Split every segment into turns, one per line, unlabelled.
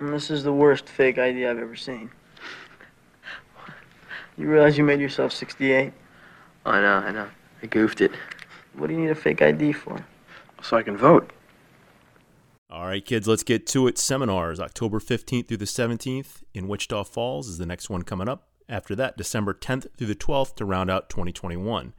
And this is the worst fake ID I've ever seen. You realize you made yourself 68?
I know, I know. I goofed it.
What do you need a fake ID for?
So I can vote.
All right, kids, let's get to it. Seminars, October 15th through the 17th in Wichita Falls is the next one coming up. After that, December 10th through the 12th to round out 2021.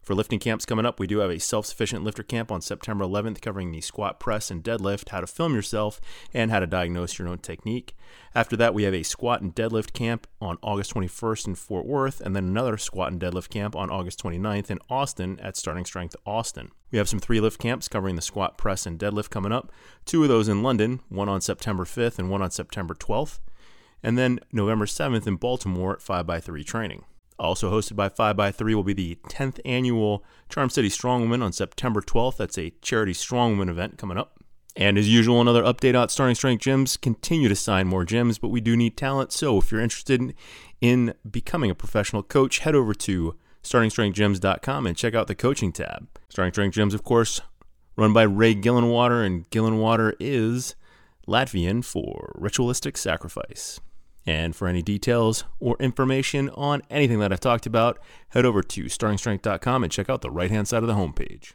For lifting camps coming up, we do have a self sufficient lifter camp on September 11th covering the squat press and deadlift, how to film yourself, and how to diagnose your own technique. After that, we have a squat and deadlift camp on August 21st in Fort Worth, and then another squat and deadlift camp on August 29th in Austin at Starting Strength Austin. We have some three lift camps covering the squat, press, and deadlift coming up. Two of those in London, one on September 5th and one on September 12th, and then November 7th in Baltimore at 5x3 training. Also hosted by 5x3 will be the 10th annual Charm City Strongwoman on September 12th. That's a charity strongwoman event coming up. And as usual, another update out starting strength gyms. Continue to sign more gyms, but we do need talent. So if you're interested in becoming a professional coach, head over to startingstrengthgyms.com and check out the coaching tab. Starting Strength Gyms, of course, run by Ray Gillenwater, and Gillenwater is Latvian for ritualistic sacrifice. And for any details or information on anything that I've talked about, head over to startingstrength.com and check out the right hand side of the homepage.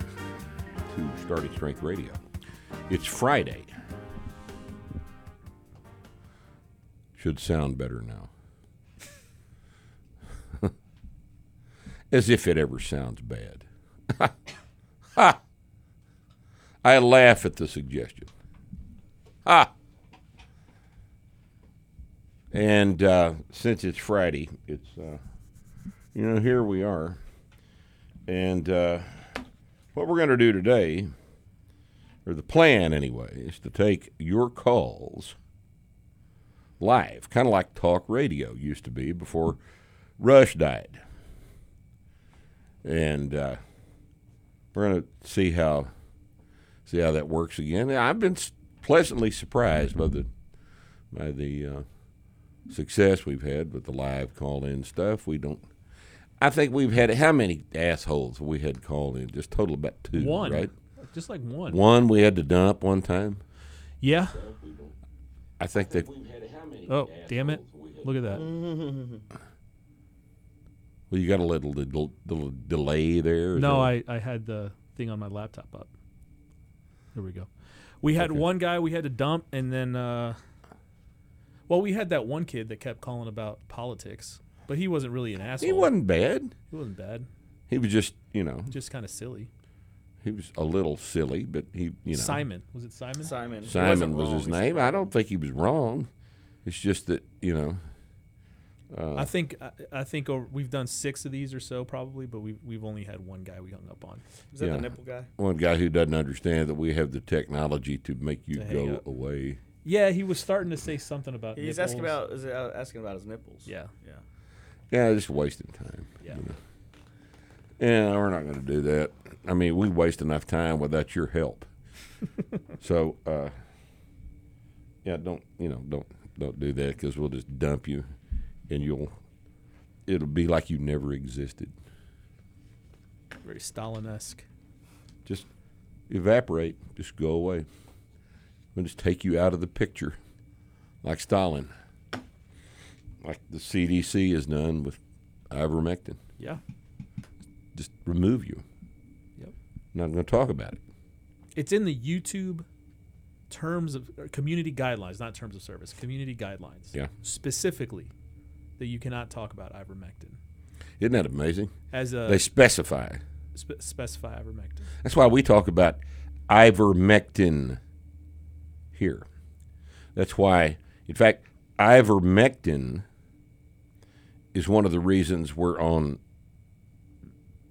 to Starting Strength Radio. It's Friday. Should sound better now. As if it ever sounds bad. ha! I laugh at the suggestion. Ha! And uh, since it's Friday, it's, uh, you know, here we are. And uh, what we're going to do today, or the plan anyway, is to take your calls live, kind of like talk radio used to be before Rush died. And uh, we're going to see how see how that works again. And I've been s- pleasantly surprised by the by the uh, success we've had with the live call in stuff. We don't. I think we've had how many assholes we had called in? Just total about two,
one,
right?
Just like one.
One we had to dump one time.
Yeah.
I think they.
Oh, damn it! Look at that.
Well, you got a little, little, little delay there. is
No,
that-
I I had the thing on my laptop up. There we go. We had one guy we had to dump, and then, uh, well, we had that one kid that kept calling about politics, but he wasn't really an asshole.
He wasn't bad.
He wasn't bad.
He was just, you know,
Just kind of silly.
he was a little silly, but he, you know,
Simon was it Simon?
Simon.
Simon was his name. I don't think he was wrong. It's just that, you know, uh, Oh.
I think I, I think over, we've done six of these or so probably, but we've we've only had one guy we hung up on.
Was that
Yeah.
the nipple guy?
one guy who doesn't understand that we have the technology to make you
To hang
go
up.
away.
Yeah, he was starting to say something about.
He's asking
nipples.
about is uh, asking about his nipples.
Yeah.
Yeah.
Yeah, just wasting time.
Yeah.
You know. Yeah, we're not going to do that. I mean, we waste enough time without your help. so, uh, yeah, don't you know? Don't don't do that because we'll just dump you, and you'll it'll be like you never existed.
Very Stalin esque.
Just evaporate. Just go away. We'll just take you out of the picture, like Stalin, like the CDC has done with ivermectin.
Yeah.
Just remove you.
Yep.
Not going to talk about it.
It's in the YouTube terms of or community guidelines, not terms of service, community guidelines.
Yeah.
Specifically that you cannot talk about ivermectin
Isn't that amazing?
as
they
a
specify.
spe- specify ivermectin.
That's why we talk about ivermectin here. That's why, in fact, ivermectin is one of the reasons we're on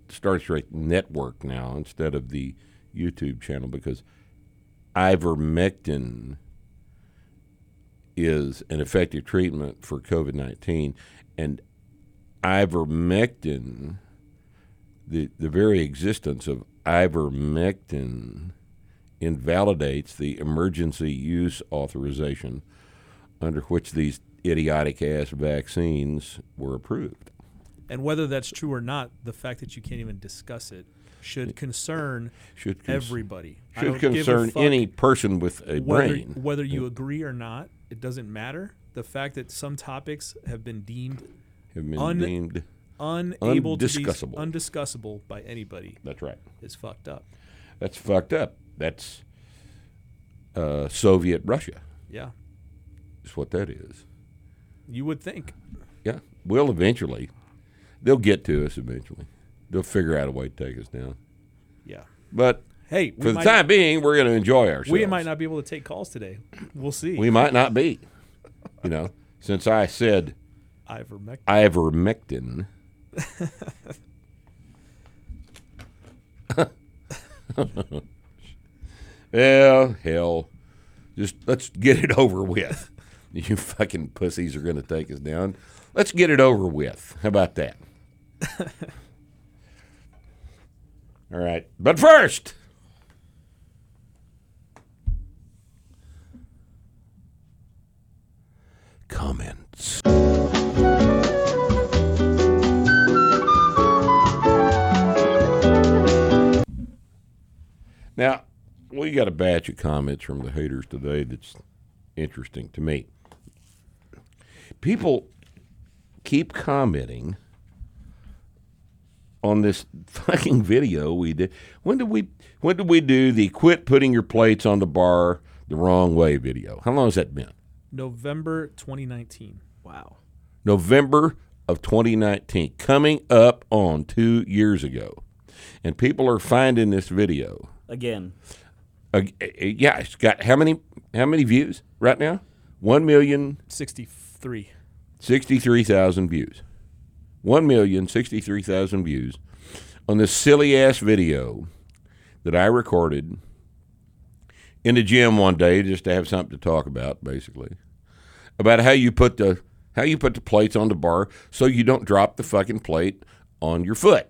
Star Trek Network now instead of the YouTube channel because ivermectin is an effective treatment for COVID 19. And ivermectin, the, the very existence of ivermectin, invalidates the emergency use authorization under which these idiotic ass vaccines were approved.
And whether that's true or not, the fact that you can't even discuss it should concern
Should cons-
everybody. I
should
don't give a
concern
fuck
any person with a
whether,
brain.
Whether you agree or not, it doesn't matter. The fact that some topics have been deemed
have been
un-
deemed.
unable
Undiscussable.
to be undiscussable by anybody
That's right.
is fucked up.
That's fucked up. That's uh, Soviet Russia.
Yeah,
Is what that is.
you would think.
Yeah, we'll eventually. They'll get to us eventually. They'll figure out a way to take us down.
Yeah.
But
Hey,
for
we
the
might,
time being, we're going to enjoy ourselves.
we might not be able to take calls today. We'll see.
We might not be. You know, since I said
Ivermectin.
ivermectin. well, hell, just let's get it over with. You fucking pussies are going to take us down. Let's get it over with. How about that? All right. But first, comments. Now, we got a batch of comments from the haters today that's interesting to me. People keep commenting on this fucking video we did. When did we when did we do the quit putting your plates on the bar the wrong way video? How long has that been?
November 2019.
Wow.
November of 2019, coming up on 2 years ago. And people are finding this video.
Again,
Uh, yeah, it's got how many how many views right now? One million
63.
sixty-three thousand views. One million sixty-three thousand views on this silly ass video that I recorded in the gym one day just to have something to talk about, basically about how you put the how you put the plates on the bar so you don't drop the fucking plate on your foot.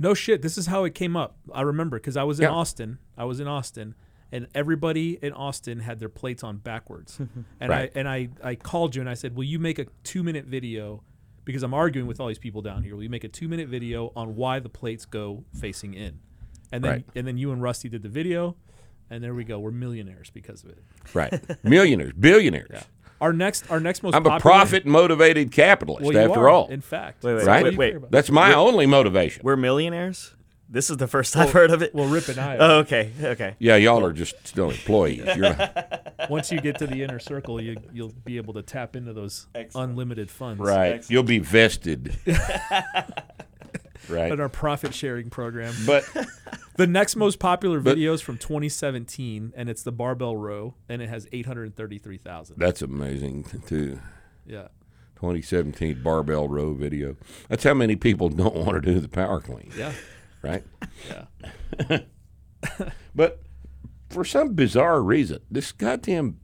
No shit. This is how it came up. I remember because I was in
Yeah.
Austin. I was in Austin, and everybody in Austin had their plates on backwards. and
Right.
I and I I called you and I said, "Will you make a two minute video?" Because I'm arguing with all these people down here. Will you make a two minute video on why the plates go facing in? And then
Right.
and then you and Rusty did the video, and there we go. We're millionaires because of it.
Right, millionaires, billionaires.
Our next our next most
I'm a
popular-
profit motivated capitalist
Well, you
after
are,
all.
In fact,
Wait, wait,
So
Right?
what do you
wait,
care about?
That's my only motivation.
we're millionaires. This is the first I've heard of it.
Well, Rip and I. are.
oh, okay, okay.
Yeah, y'all are just still employees. You're not-
Once you get to the inner circle, you you'll be able to tap into those unlimited funds.
right. You'll be vested.
At
right.
our profit sharing program.
But
The next most popular
But-
videos from 2017, and it's the barbell row, and it has 833,000.
that's amazing too.
Yeah.
2017 barbell row video. That's how many people don't want to do the power clean,
Yeah.
right?
Yeah.
But for some bizarre reason, this goddamn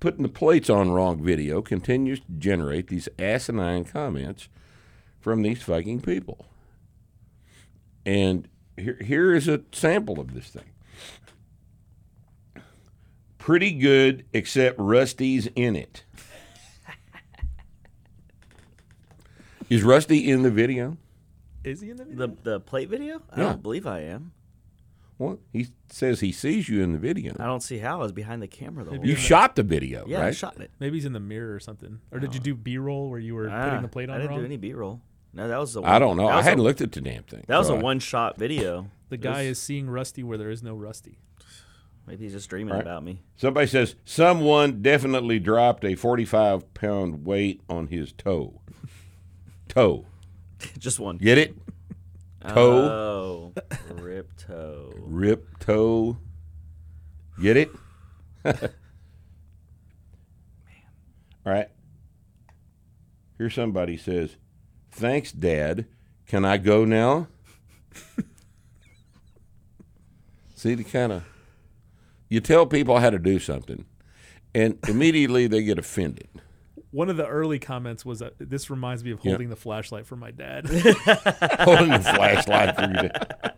putting the plates on wrong video continues to generate these asinine comments from these fucking people. And here, here is a sample of this thing. Pretty good, except Rusty's in it. Is Rusty in the video?
Is he in the video?
The the plate video? I
Yeah.
don't believe I am.
Well, he says he sees you in the video.
I don't see how. I was behind the camera the whole
You
time.
shot the video,
Yeah,
right?
I shot it. Oh.
Maybe he's in the mirror or something. Or did you do B roll where you were
Ah,
putting the plate on
I didn't
wrong?
do any B-roll. No, that was the.
I don't know.
That
I
was a-
hadn't looked at the damn thing.
That was
So
a
I-
one-shot video.
The
It
guy
was-
is seeing Rusty where there is no Rusty.
Maybe he's just dreaming
Alright.
about me.
Somebody says someone definitely dropped a forty-five pound weight on his toe. toe,
just one. Uh,
get it?
Oh,
Toe,
rip toe.
rip toe, get it? All right. Here somebody says, "Thanks, Dad. Can I go now?" See the kind of you tell people how to do something, and immediately they get offended.
One of the early comments was that this reminds me of
Yeah.
holding the flashlight for my dad.
Holding the flashlight for you. to-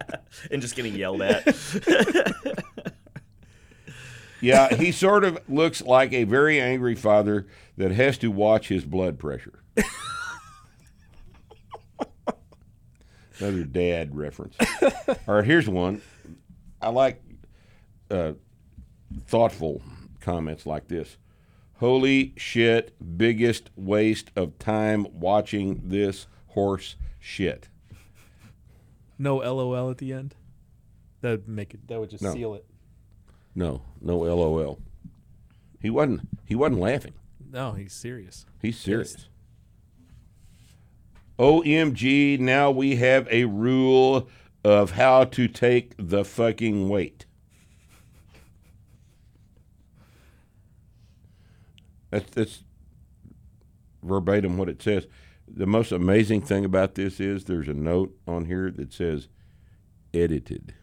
and just getting yelled at.
Yeah, he sort of looks like a very angry father that has to watch his blood pressure. Another dad reference. All right, here's one. I like uh, thoughtful comments like this. Holy shit, biggest waste of time watching this horse shit.
no LOL at the end. That would make it. That would just
No.
seal it.
No, no LOL. He wasn't he wasn't laughing.
No, he's serious.
He's serious. OMG, now we have a rule of how to take the fucking weight. That's, that's verbatim what it says. The most amazing thing about this is there's a note on here that says edited.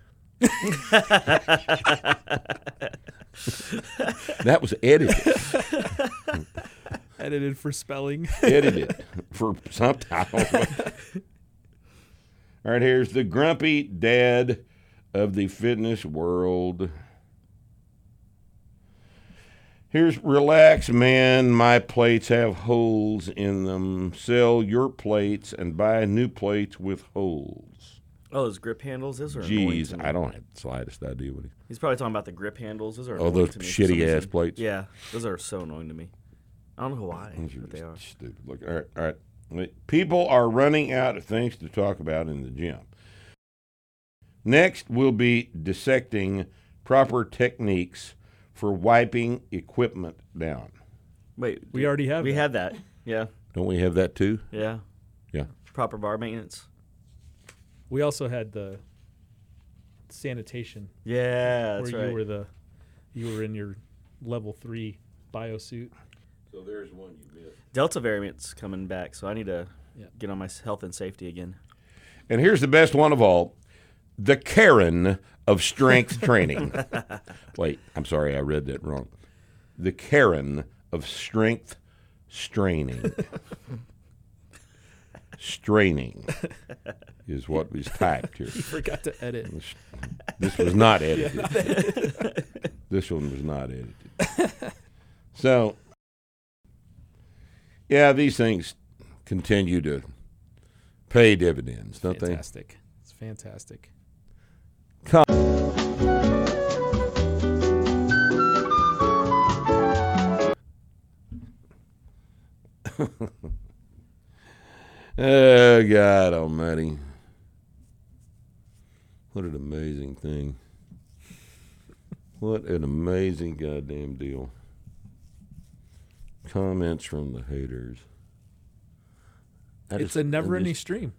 that was edited
Edited for spelling.
edit it for something. I don't know. All right, here's the grumpy dad of the fitness world. Here's relax, man. My plates have holes in them. Sell your plates and buy new plates with holes.
Oh, those grip handles. Those are annoying to
Jeez,
me.
I don't have the slightest idea what he.
He's probably talking about the grip handles. Those are
Oh,
annoying
those
to me for some
shitty ass
reason.
plates.
Yeah, those are so annoying to me. I don't know why,
These are
but they are.
just Stupid. Look, all right, all right. Wait, People are running out of things to talk about in the gym. Next, we'll be dissecting proper techniques for wiping equipment down.
Wait,
We already have.
we
that.
had that. Yeah,
Don't we have that too?
yeah,
Yeah.
proper bar maintenance.
We also had the sanitation
Yeah, that's
where
right.
you were the you were in your level three biosuit.
So there's one you missed.
Delta variant's coming back, so I need to
Yeah.
get on my s- health and safety again.
And here's the best one of all the Karen of strength training. Wait, I'm sorry, I read that wrong. The Karen of strength straining. straining is what was typed here.
Forgot to edit.
This was not edited. this one was not edited. so, yeah, these things continue to pay dividends, don't they?
Fantastic. It's fantastic.
Oh God Almighty! What an amazing thing! What an amazing goddamn deal! Comments from the haters. I
It's
just-
a
I
never-ending
just-
stream.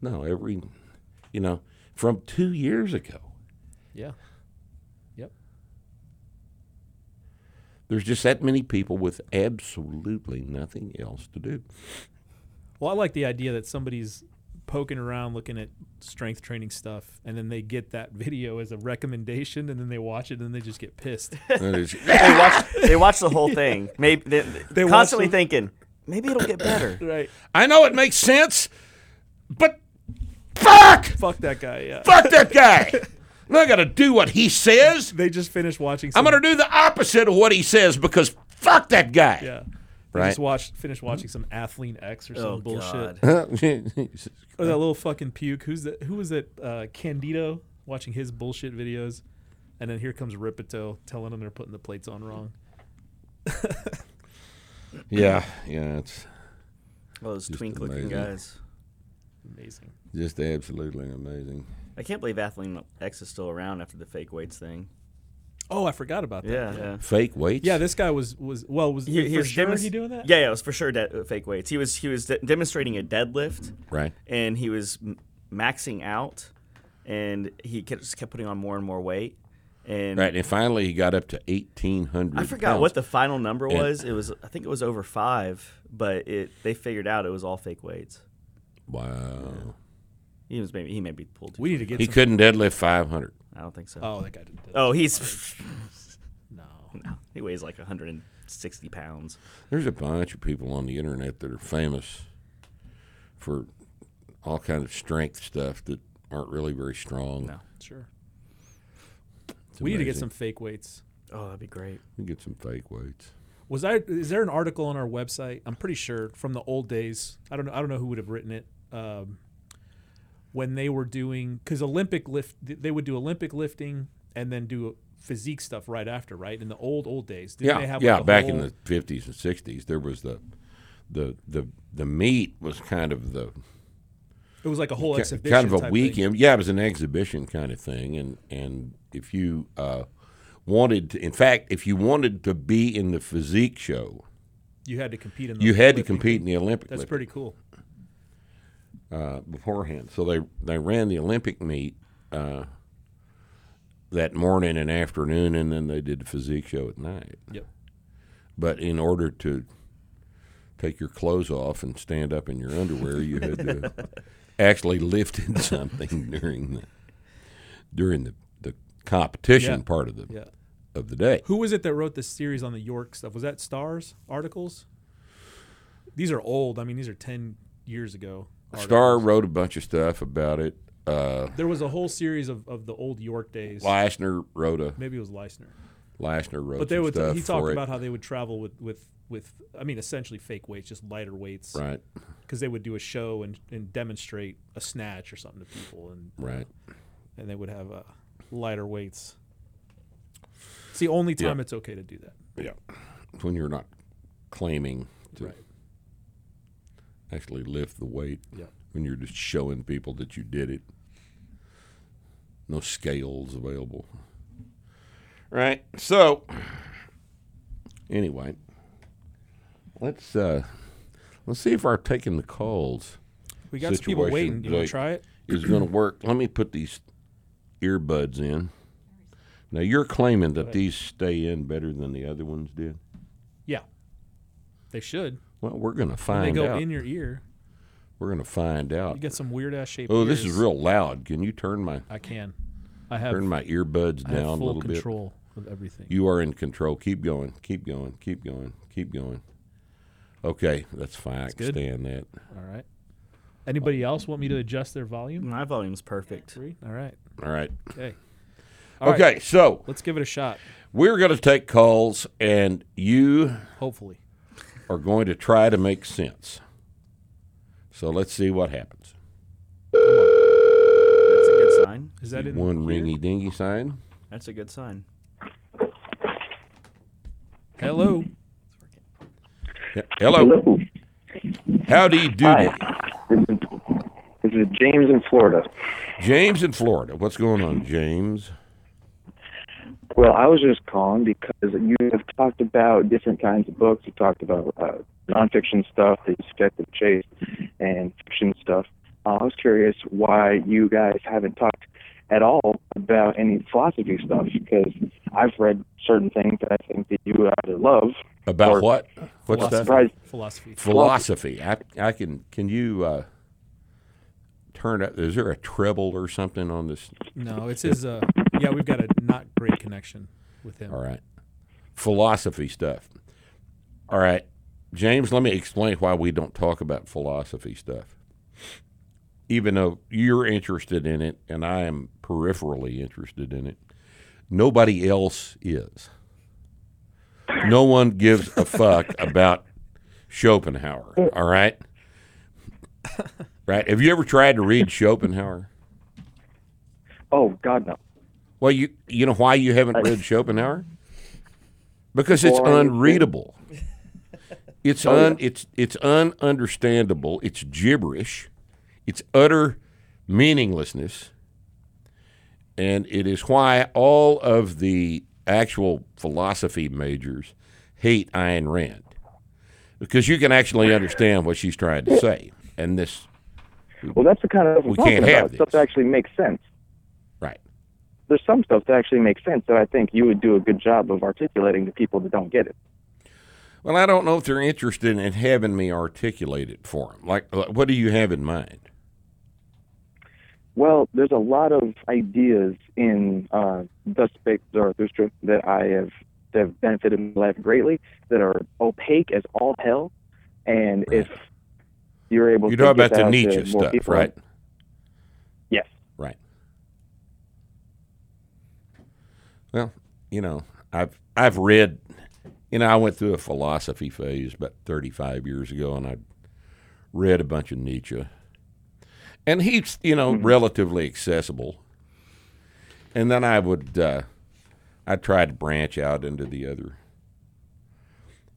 No, every, you know, from two years ago.
Yeah.
There's just that many people with absolutely nothing else to do.
Well, I like the idea that somebody's poking around looking at strength training stuff and then they get that video as a recommendation and then they watch it and they just get pissed.
And it's-
they watch they watch the whole thing. Maybe they,
They
they
watch
constantly
the-
thinking maybe it'll get better.
right.
I know it makes sense, but fuck!
Fuck that guy. Yeah.
Fuck that guy. I'm not going to do what he says.
They just finished watching
I'm
some-
going to do the opposite of what he says because fuck that guy.
Yeah. They
Right.
just watched finished watching some Athlene X or some
oh
bullshit.
god.
Or that little fucking puke. Who's that? Who was that? Uh, Candido watching his bullshit videos, and then here comes Ripito telling them they're putting the plates on wrong.
yeah, yeah, it's
Oh, those
Just
twink looking
amazing.
guys.
Amazing.
just absolutely amazing.
I can't believe Athlean X is still around after the fake weights thing.
Oh, I forgot about that.
Yeah, yeah.
Fake weights.
Yeah, this guy was was well was
He,
for
he was
sure
demonst-
he doing that.
Yeah, yeah, it was for sure de- uh, fake weights. He was he was de- demonstrating a deadlift,
right.
and he was m- maxing out, and he kept, just kept putting on more and more weight. And
Right, and finally he got up to 1800
I forgot what the final number was. it was I think it was over five, but it they figured out it was all fake weights.
Wow.
He was maybe he maybe pulled. Too.
We need to get.
He
some-
couldn't deadlift 500.
I don't think so.
oh, that guy didn't. do that.
Oh, he's
No.
No, he weighs like 160 pounds.
There's a bunch of people on the internet that are famous for all kind of strength stuff that aren't really very strong.
No.
Sure.
It's
we need to get
amazing.
some fake weights.
Oh, that'd be great.
We get some fake weights.
Was I? Is there an article on our website? I'm pretty sure from the old days. I don't know. I don't know who would have written it. Um, when they were doing, because Olympic lift, they would do Olympic lifting and then do physique stuff right after, right? In the old old days, didn't
yeah,
they have like,
yeah.
a
back in
whole-
the fifties and sixties, there was the the the the meet was kind of the
it was like a whole
ki-
exhibition,
kind of a
type Thing.
weekend. Yeah, it was an exhibition kind of thing, and and if you uh, wanted, to, in fact, if you wanted to be in the physique show,
You had to compete in. The
you had to
Olympic-
compete in the Olympic.
That's
lift,
pretty cool.
uh, beforehand. So they they ran the Olympic meet uh, that morning and afternoon, and then they did the physique show at night.
Yep.
But in order to take your clothes off and stand up in your underwear, you had to actually lifted something during the during the, the competition
Yeah.
part of the
Yeah.
of the day.
Who was it that wrote this series on the York stuff? Was that Stars articles? These are old. I mean, these are ten years ago.
Star
articles.
wrote a bunch of stuff about it. Uh,
There was a whole series of, of the old York days.
Leisner wrote a
Maybe it was Leisner.
Leisner wrote
But they
some
would
stuff
he
for
talked
it.
about how they would travel with with with I mean essentially fake weights, just lighter weights,
right,
Because they would do a show and, and demonstrate a snatch or something to people, and
right.
and they would have uh, lighter weights. It's the only time
Yeah.
it's okay to do that.
Yeah. When you're not claiming to
Right.
actually lift the weight.
Yeah.
When you're just showing people that you did it. No scales available. Right. So anyway, let's uh let's see if our taking the calls
We got some people
Situation,
waiting. You want
like-
to try it?
is going to work. Let me put these earbuds in. Now you're claiming that these stay in better than the other ones did.
Yeah, they should.
Well, we're going to
When
find
they go
out.
in your ear,
We're gonna find out.
you get some weird ass shape.
Oh, this is real loud. Can you turn my
I can. I have,
turn my earbuds
I have
down a
full
little
control of everything.
bit? You are in control. Keep going. Keep going. Keep going. Keep going. Okay, that's fine. I can
good.
stand that.
All right. Anybody else want me to adjust their volume?
My volume's perfect.
Three. All right.
All right.
Okay.
okay, so
Let's give it a shot.
we're gonna take calls, and you
Hopefully.
are going to try to make sense. So let's see what happens.
That's a good sign.
Is that in
One
here?
ringy dingy sign.
That's a good sign.
Hello.
He- Hello. How do you do? today?
This is James in Florida.
James in Florida. What's going on, James?
Well, I was just calling because you have talked about different kinds of books. You talked about uh, nonfiction stuff, the detective chase, and fiction stuff. Uh, I was curious why you guys haven't talked at all about any philosophy stuff because I've read certain things that I think that you either love.
About
Or-
what? What's that?
Right.
Philosophy.
philosophy. I, I can. Can you uh, turn up? Is there a treble or something on this?
No, it's his. Uh, yeah, we've got a not great connection with him.
All right, philosophy stuff. All right, James. Let me explain why we don't talk about philosophy stuff. Even though you're interested in it, and I am peripherally interested in it, nobody else is. No one gives a fuck about Schopenhauer. All right. Right. Have you ever tried to read Schopenhauer?
Oh God, no.
Well, you you know why you haven't read Schopenhauer? Because it's
Boring.
unreadable. It's un it's it's ununderstandable. It's gibberish. It's utter meaninglessness. And it is why all of the actual philosophy majors hate Ayn Rand. Because you can actually understand what she's trying to say. And this
Well, that's the kind of
We
I'm talking
can't have
about, stuff
this.
that actually makes sense.
right.
There's some stuff that actually makes sense that I think you would do a good job of articulating to people that don't get it.
Well, I don't know if they're interested in having me articulate it for them. Like, like, what do you have in mind?
Well, there's a lot of ideas in uh, Thus Spake Zarathustra that I have that have benefited my life greatly that are opaque as all hell. And
Right.
if you're able
You're
to
talking
get
about
that
the
out
Nietzsche
to more
stuff,
people,
right?
Yes.
Right. Well, you know, I've I've read, you know, I went through a philosophy phase about 35 years ago, and I read a bunch of Nietzsche, and he's you know
Mm-hmm.
relatively accessible. And then I would, uh, I tried to branch out into the other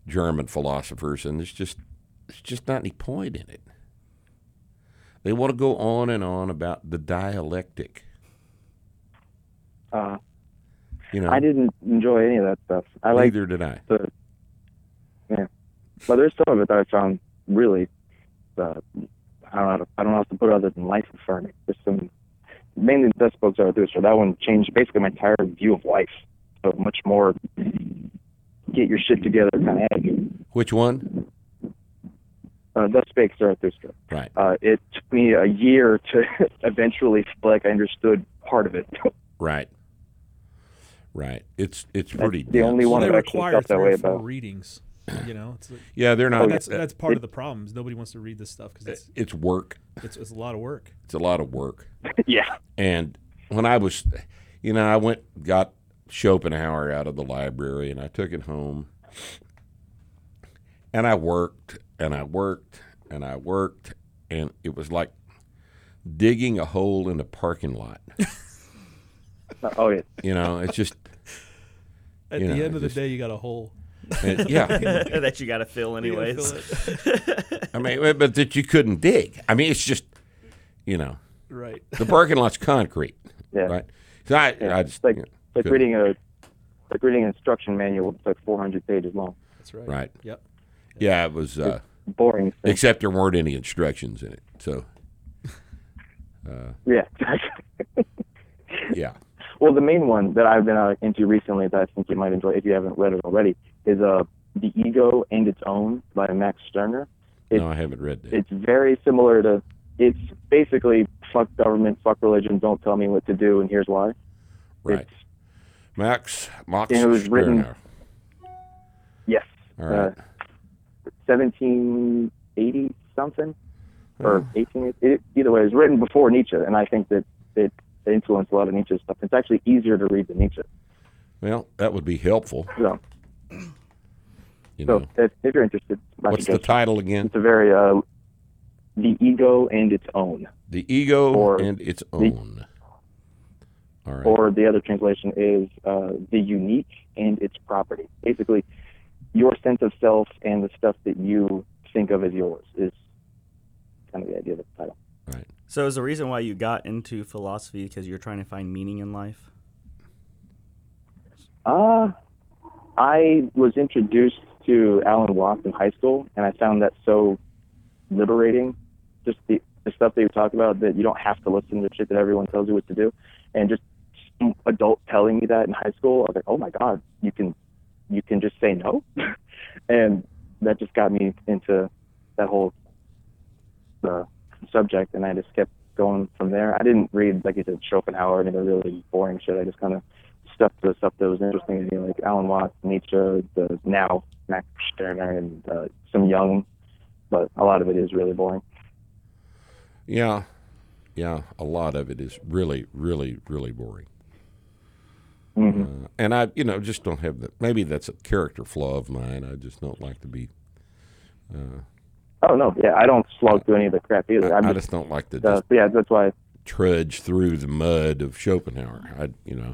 German philosophers, and there's just there's just not any point in it. They want to go on and on about the dialectic.
Uh,
You know,
I didn't enjoy any of that stuff. I like
neither did I.
the yeah, but there's some of it that I found really uh, I don't know how to, I don't know how to put it other than life affirming. There's some mainly the best books I read through. So that one changed basically my entire view of life. So much more get your shit together kind of attitude.
Which one?
Uh, Thus Spake Zarathustra.
Right.
Uh, it took me a year to eventually feel like I understood part of it.
Right. Right. It's it's
That's
pretty.
the only
dense.
one
they
I've actually
require
felt that
three
way
or four
about.
readings. You know, it's like,
Yeah, they're not.
that's that's part of the problems. Nobody wants to read this stuff because it's,
it's work.
it's it's a lot of work.
It's a lot of work.
yeah.
And when I was, you know, I went got Schopenhauer out of the library and I took it home. And I worked and I worked and I worked and it was like digging a hole in a parking lot.
Oh yeah.
You know, it's just
At
You
the
know,
end of the
just-
day, you got a hole.
it- yeah.
that you got to fill
You gotta
anyways.
fill it.
I mean, but that you couldn't dig. I mean, it's just, you know,
Right.
the parking lot's concrete,
Yeah.
right? So I,
Yeah,
I
it's
just,
like
you know,
like
couldn't-
reading a like reading an instruction manual. It's like 400 pages long.
That's right.
right?
Yep.
Yeah, it was. Uh,
Boring. thing.
except there weren't any instructions in it. So uh,
yeah, exactly.
yeah,
Well, the main one that I've been uh, into recently that I think you might enjoy if you haven't read it already is uh, The Ego and Its Own by Max Stirner. It-
no, I haven't read that.
It's very similar to, it's basically fuck government, fuck religion, don't tell me what to do, and here's why.
right,
It's,
Max Max
it was written-
Stirner.
yes.
All right,
Uh, 1780 something or 18 it, either way it was written before nietzsche and i think that it influenced a lot of nietzsche's stuff it's actually easier to read than nietzsche
well, that would be helpful.
so
You
so
know,
if, if you're interested I
what's the
suggest-
title again?
it's a very uh the ego and its own
The ego
or
and its own. All right,
or the other translation is uh, the unique and its property basically your sense of self and the stuff that you think of as yours is kind of the idea of the title
right.
So is the reason why you got into philosophy because you're trying to find meaning in life?
Uh, I was introduced to Alan Watts in high school, and I found that so liberating. Just the, the stuff that you talk about that you don't have to listen to the shit that everyone tells you what to do, and just some adult telling me that in high school, I was like, oh my god, you can, you can just say no, and that just got me into that whole uh, subject, and I just kept going from there. I didn't read like you said Schopenhauer and the really boring shit. I just kind of stuff to stuff that was interesting to me, like Alan Watts, Nietzsche, the now Max Stirner, and uh, some young, but a lot of it is really boring.
Yeah, yeah. A lot of it is really, really, really boring.
Mhm.
Uh, and I, you know, just don't have the. Maybe that's a character flaw of mine. I just don't like to be.
Oh no, yeah, I don't slog through any of the crap
I,
either. I'm
I
just,
just don't like to
uh,
just
yeah, that's why.
trudge through the mud of Schopenhauer. I, you know,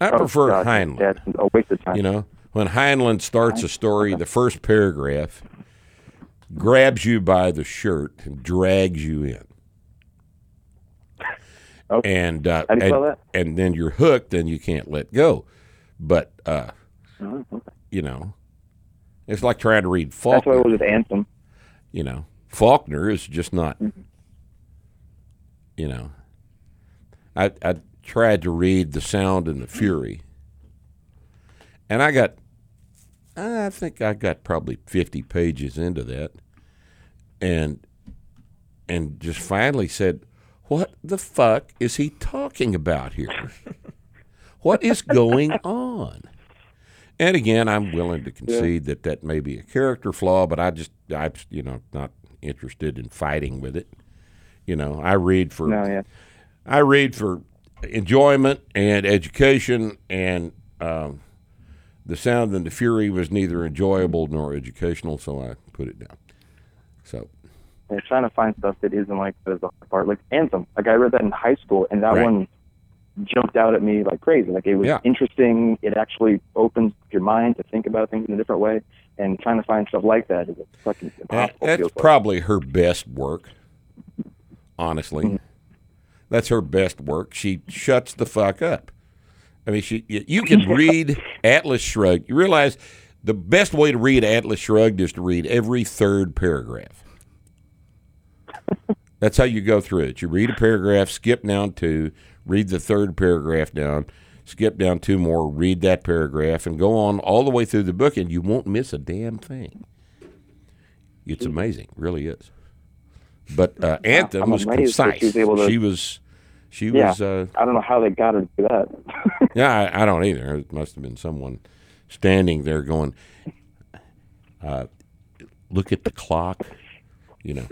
I
oh,
prefer
gosh,
Heinlein.
Yeah, it's a waste of time.
You know, when Heinlein starts a story, the first paragraph grabs you by the shirt and drags you in.
Oh.
And uh,
How do you spell
and,
that?
and then you're hooked and you can't let go. But uh,
Oh, okay.
you know, it's like trying to read
That's why
Faulkner.
it was with Anthem.
you know, Faulkner is just not. You know, I I tried to read The Sound and the Fury, and I got, I think I got probably fifty pages into that, and and just finally said, "What the fuck is he talking about here? what is going on?" And again, I'm willing to concede that that may be a character flaw, but I just, I, you know, not interested in fighting with it. You know, I read for,
No, yeah.
I read for enjoyment and education, and um, the sound and the fury was neither enjoyable nor educational, so I put it down. So
They're trying to find stuff that isn't like the hard part, like Anthem. Like I read that in high school, and that
Right.
one jumped out at me like crazy. Like it was
Yeah.
interesting. It actually opens your mind to think about things in a different way. And trying to find stuff like that is fucking
that-
impossible.
that's
feels like.
probably her best work. Honestly, that's her best work. She shuts the fuck up. I mean, she you, you can read Atlas Shrugged. You realize the best way to read Atlas Shrugged is to read every third paragraph. That's how you go through it. You read a paragraph, skip down two, read the third paragraph down, skip down two more, read that paragraph, and go on all the way through the book, and you won't miss a damn thing. It's amazing, It really is. But uh, Anthem
I'm
was
amazed
concise.
that she was able to-
she was, she
Yeah.
was. Uh,
I don't know how they got her to do that.
yeah, I, I don't either. It must have been someone standing there going, uh, "Look at the clock," you know.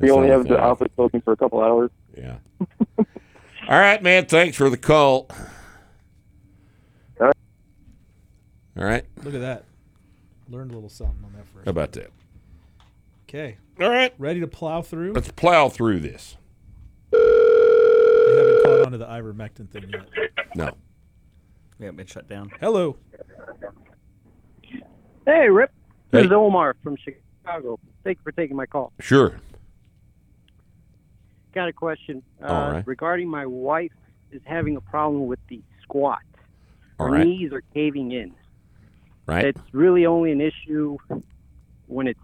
we only
That's
have the
all I
office open for a couple hours.
Yeah. All right, man. Thanks for the call. All
All
right.
Look at that. Learned a little something on that
How
first.
about that?
Okay.
All right.
Ready to plow through?
Let's plow through this.
They haven't caught on to the ivermectin thing yet.
No.
We haven't been shut down.
Hello.
Hey, Rip. This
Hey.
is Omar from Chicago. Thank you for taking my call.
Sure.
Got a question uh,
All right.
regarding my wife is having a problem with the squat.
All
Her
right.
knees are caving in.
Right.
It's really only an issue when it's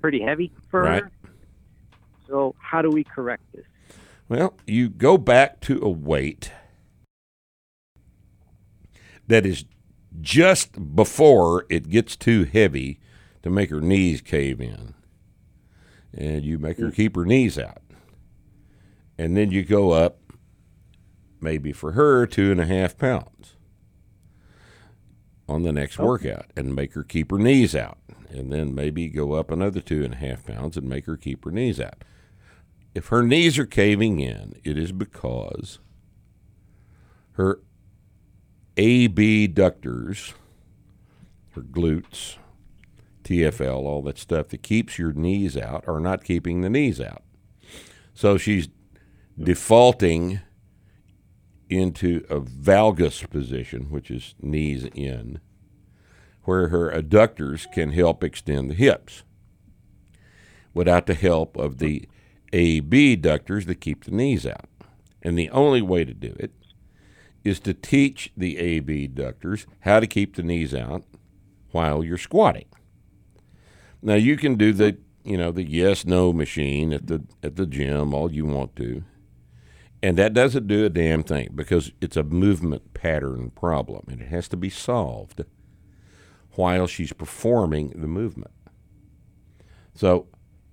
pretty heavy for
Right.
her. So how do we correct this?
Well, you go back to a weight that is just before it gets too heavy to make her knees cave in. And you make her keep her knees out. And then you go up, maybe for her, two and a half pounds on the next workout and make her keep her knees out. And then maybe go up another two and a half pounds and make her keep her knees out if her knees are caving in, it is because her AB ductors, her glutes, TFL, all that stuff that keeps your knees out, are not keeping the knees out. So she's defaulting into a valgus position, which is knees in, where her adductors can help extend the hips without the help of the AB ductors that keep the knees out. And the only way to do it is to teach the AB ductors how to keep the knees out while you're squatting. Now you can do the you know the yes no machine at the at the gym all you want to. And that doesn't do a damn thing because it's a movement pattern problem and it has to be solved while she's performing the movement. So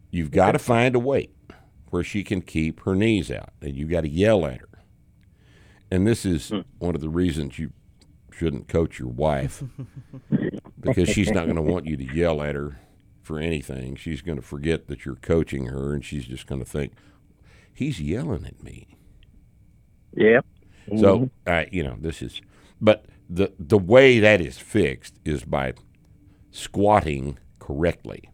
you've got to find a way where she can keep her knees out, and you've got to yell at her. And this is one of the reasons you shouldn't coach your wife because she's not going to want you to yell at her for anything. She's going to forget that you're coaching her, and she's just going to think, he's yelling at me.
Yeah.
So uh, you know this is, but the the way that is fixed is by squatting correctly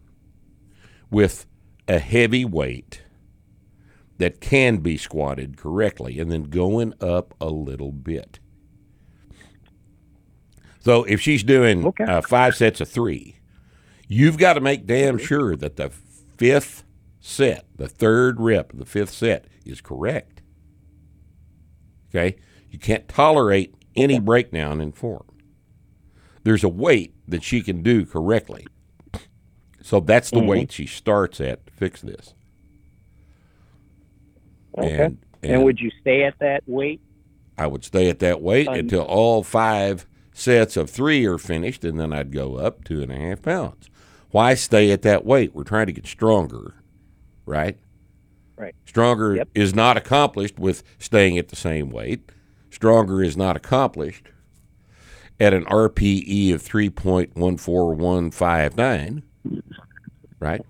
with a heavy weight that can be squatted correctly, and then going up a little bit. So if she's doing
Okay.
uh, five sets of three, you've got to make damn sure that the fifth set, the third rep of the fifth set, is correct. Okay? You can't tolerate any breakdown in form. There's a weight that she can do correctly. So that's the weight she starts at to fix this.
Okay.
And,
And, would you stay at that weight?
I would stay at that weight
Un-
until all five sets of three are finished, and then I'd go up two and a half pounds. Why stay at that weight? We're trying to get stronger, right?
Right.
Stronger
Yep.
is not accomplished with staying at the same weight. Stronger is not accomplished at an RPE of 3.14159, right?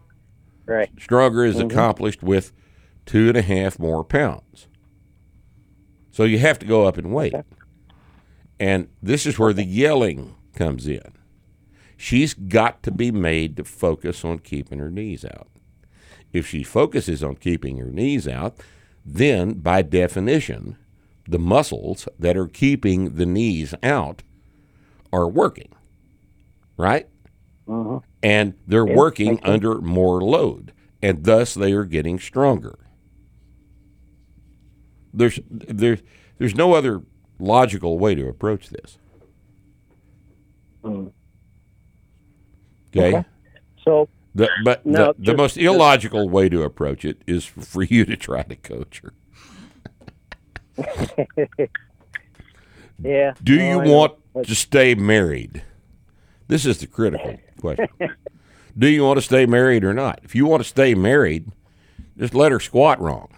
Right.
Stronger is
Mhm.
accomplished with two and a half more pounds. So you have to go up in weight. And this is where the yelling comes in. She's got to be made to focus on keeping her knees out. If she focuses on keeping her knees out, then by definition, the muscles that are keeping the knees out are working, right?
Uh-huh.
And they're
Yeah,
working
okay.
under more load, and thus they are getting stronger. There's there's there's no other logical way to approach this.
Mm.
Okay.
Okay. So
The, but the,
No,
the
just-
most
just-
illogical way to approach it is for you to try to coach her.
yeah.
Do
no,
you
I know.
want
But-
to stay married? This is the critical question. Do you want to stay married or not? If you want to stay married, just let her squat wrong.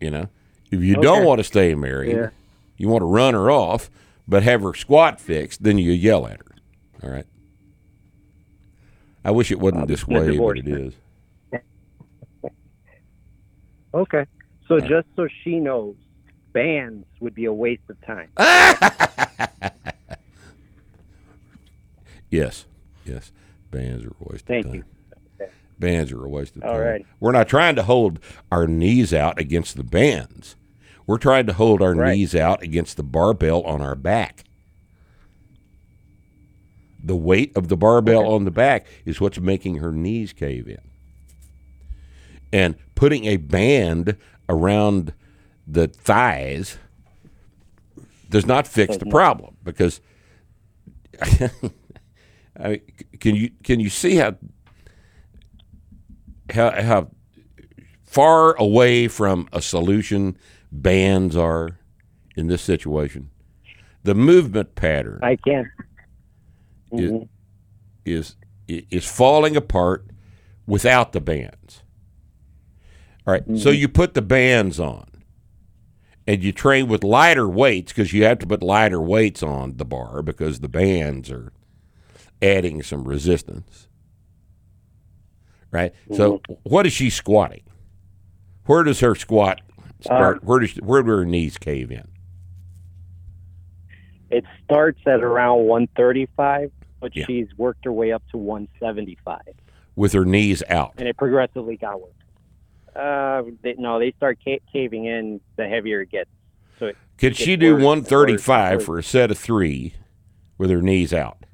you know, if you don't
Okay.
want to stay married,
Yeah.
you want to run her off, but have her squat fixed, then you yell at her. All right. I wish it wasn't this
gonna
way, but
divorce
it
her.
is.
Okay. So just so she knows, bands would be a waste of time.
Yes, yes. Bands are a waste of
Thank
time.
you.
Bands are a waste of
All
time.
right.
We're not trying to hold our knees out against the bands. We're trying to hold our
Right.
knees out against the barbell on our back. The weight of the barbell on the back is what's making her knees cave in. And putting a band around the thighs does not fix
Mm-hmm.
the problem because I mean, c- can you can you see how how how far away from a solution bands are in this situation? The movement pattern
I can't. Mm-hmm.
is is i- is falling apart without the bands. All right, so you put the bands on, and you train with lighter weights because you have to put lighter weights on the bar because the bands are adding some resistance. Right. So what is she squatting? Where does her squat start? where does where do her knees cave in?
It starts at around 135, but
Yeah.
she's worked her way up to 175,
With her knees out.
and it progressively got worse. Uh, they, no, they start ca- caving in the heavier it gets. So it,
Could
It's
she do
worse,
one thirty five
worse.
for a set of three with her knees out?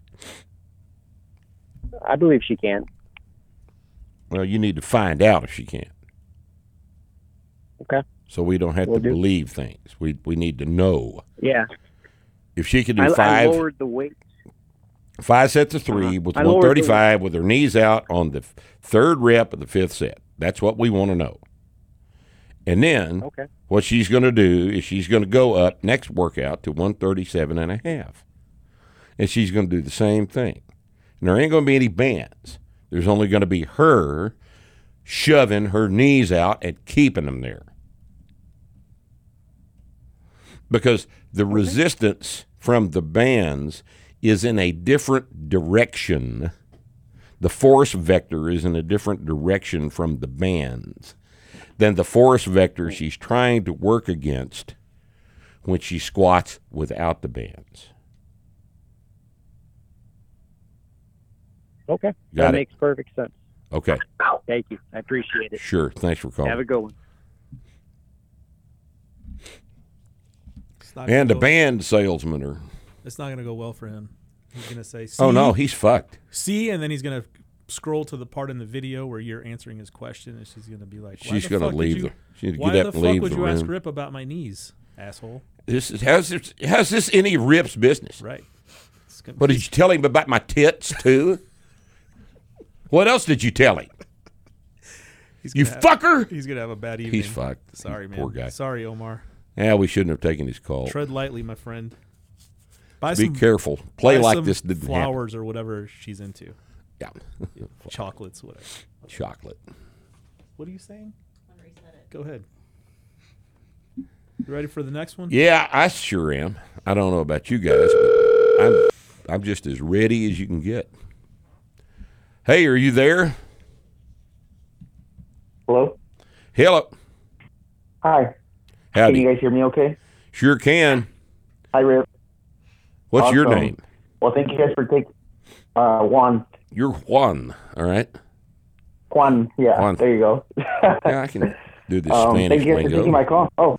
I believe she can.
Well, you need to find out if she can.
Okay.
So we don't have
Will
to
do.
believe things. We we need to know
Yeah,
if she can do
I, I
five
lowered the weight.
five sets of 3 with
I lowered the-
135 with her knees out on the f- third rep of the fifth set. That's what we want to know. And then
Okay.
what she's going to do is she's going to go up next workout to 137 and a half. And she's going to do the same thing. And there ain't going to be any bands. There's only going to be her shoving her knees out and keeping them there. Because the resistance from the bands is in a different direction. The force vector is in a different direction from the bands than the force vector she's trying to work against when she squats without the bands.
Okay,
Got
that
it.
makes perfect sense.
Okay,
Thank you. I appreciate it.
sure. Thanks for
Have
calling.
a good one.
It's not
And the
gonna go,
band salesmen are.
It's not going to go well for him. He's going to say, see,
Oh no, he's fucked.
see, and then he's going to scroll to the part in the video where you're answering his question, and she's going to be like, "Why
She's
the
gonna
fuck did
leave
you-
the- she need to
why
get up
the
and
fuck
leave
would
the
you ask
room."
Rip about my knees, asshole?"
This is how's this how's this any rips business?
Right. It's gonna-
What did you tell him about my tits too? what else did you tell him?
he's
You
gonna have-
fucker!
He's going to have a bad evening.
He's fucked.
Sorry, man.
Poor guy.
Sorry, Omar.
Yeah, we shouldn't have taken his call.
Tread lightly, my friend. Buy
Be
some
careful. Play
buy
like
some
this didn't
flowers or whatever she's into.
happen. Yeah.
Chocolates, whatever.
Chocolate.
What are you saying? Go ahead. You ready for the next one?
Yeah, I sure am. I don't know about you guys, but I'm I'm just as ready as you can get. Hey, are you there?
Hello.
Hello.
Hi.
Howdy.
Can you guys hear me okay?
Sure can.
Hi, Rip.
What's your
Awesome.
name?
Well, thank you guys for taking uh, Juan.
You're Juan. All right.
Juan, yeah.
Juan.
There you go.
Yeah, I can do the
um,
Spanish
thank you guys for
lingo.
taking my call. Oh.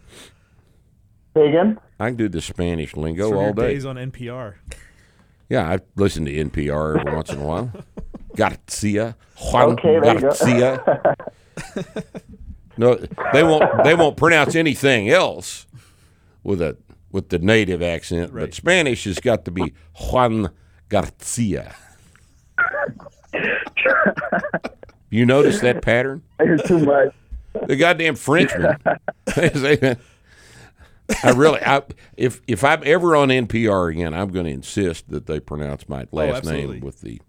Say again?
I can do the Spanish lingo
From your
all day.
Days on NPR.
Yeah, I listen to NPR every once in a while. Garcia, Juan
Okay, there you go.
Garcia. no, they won't. They won't pronounce anything else with a with the native accent. But Spanish has got to be Juan Garcia. you notice that pattern?
I hear too much.
The goddamn Frenchman. I really, I, if if I'm ever on NPR again, I'm going to insist that they pronounce my
Oh,
last
absolutely.
name with the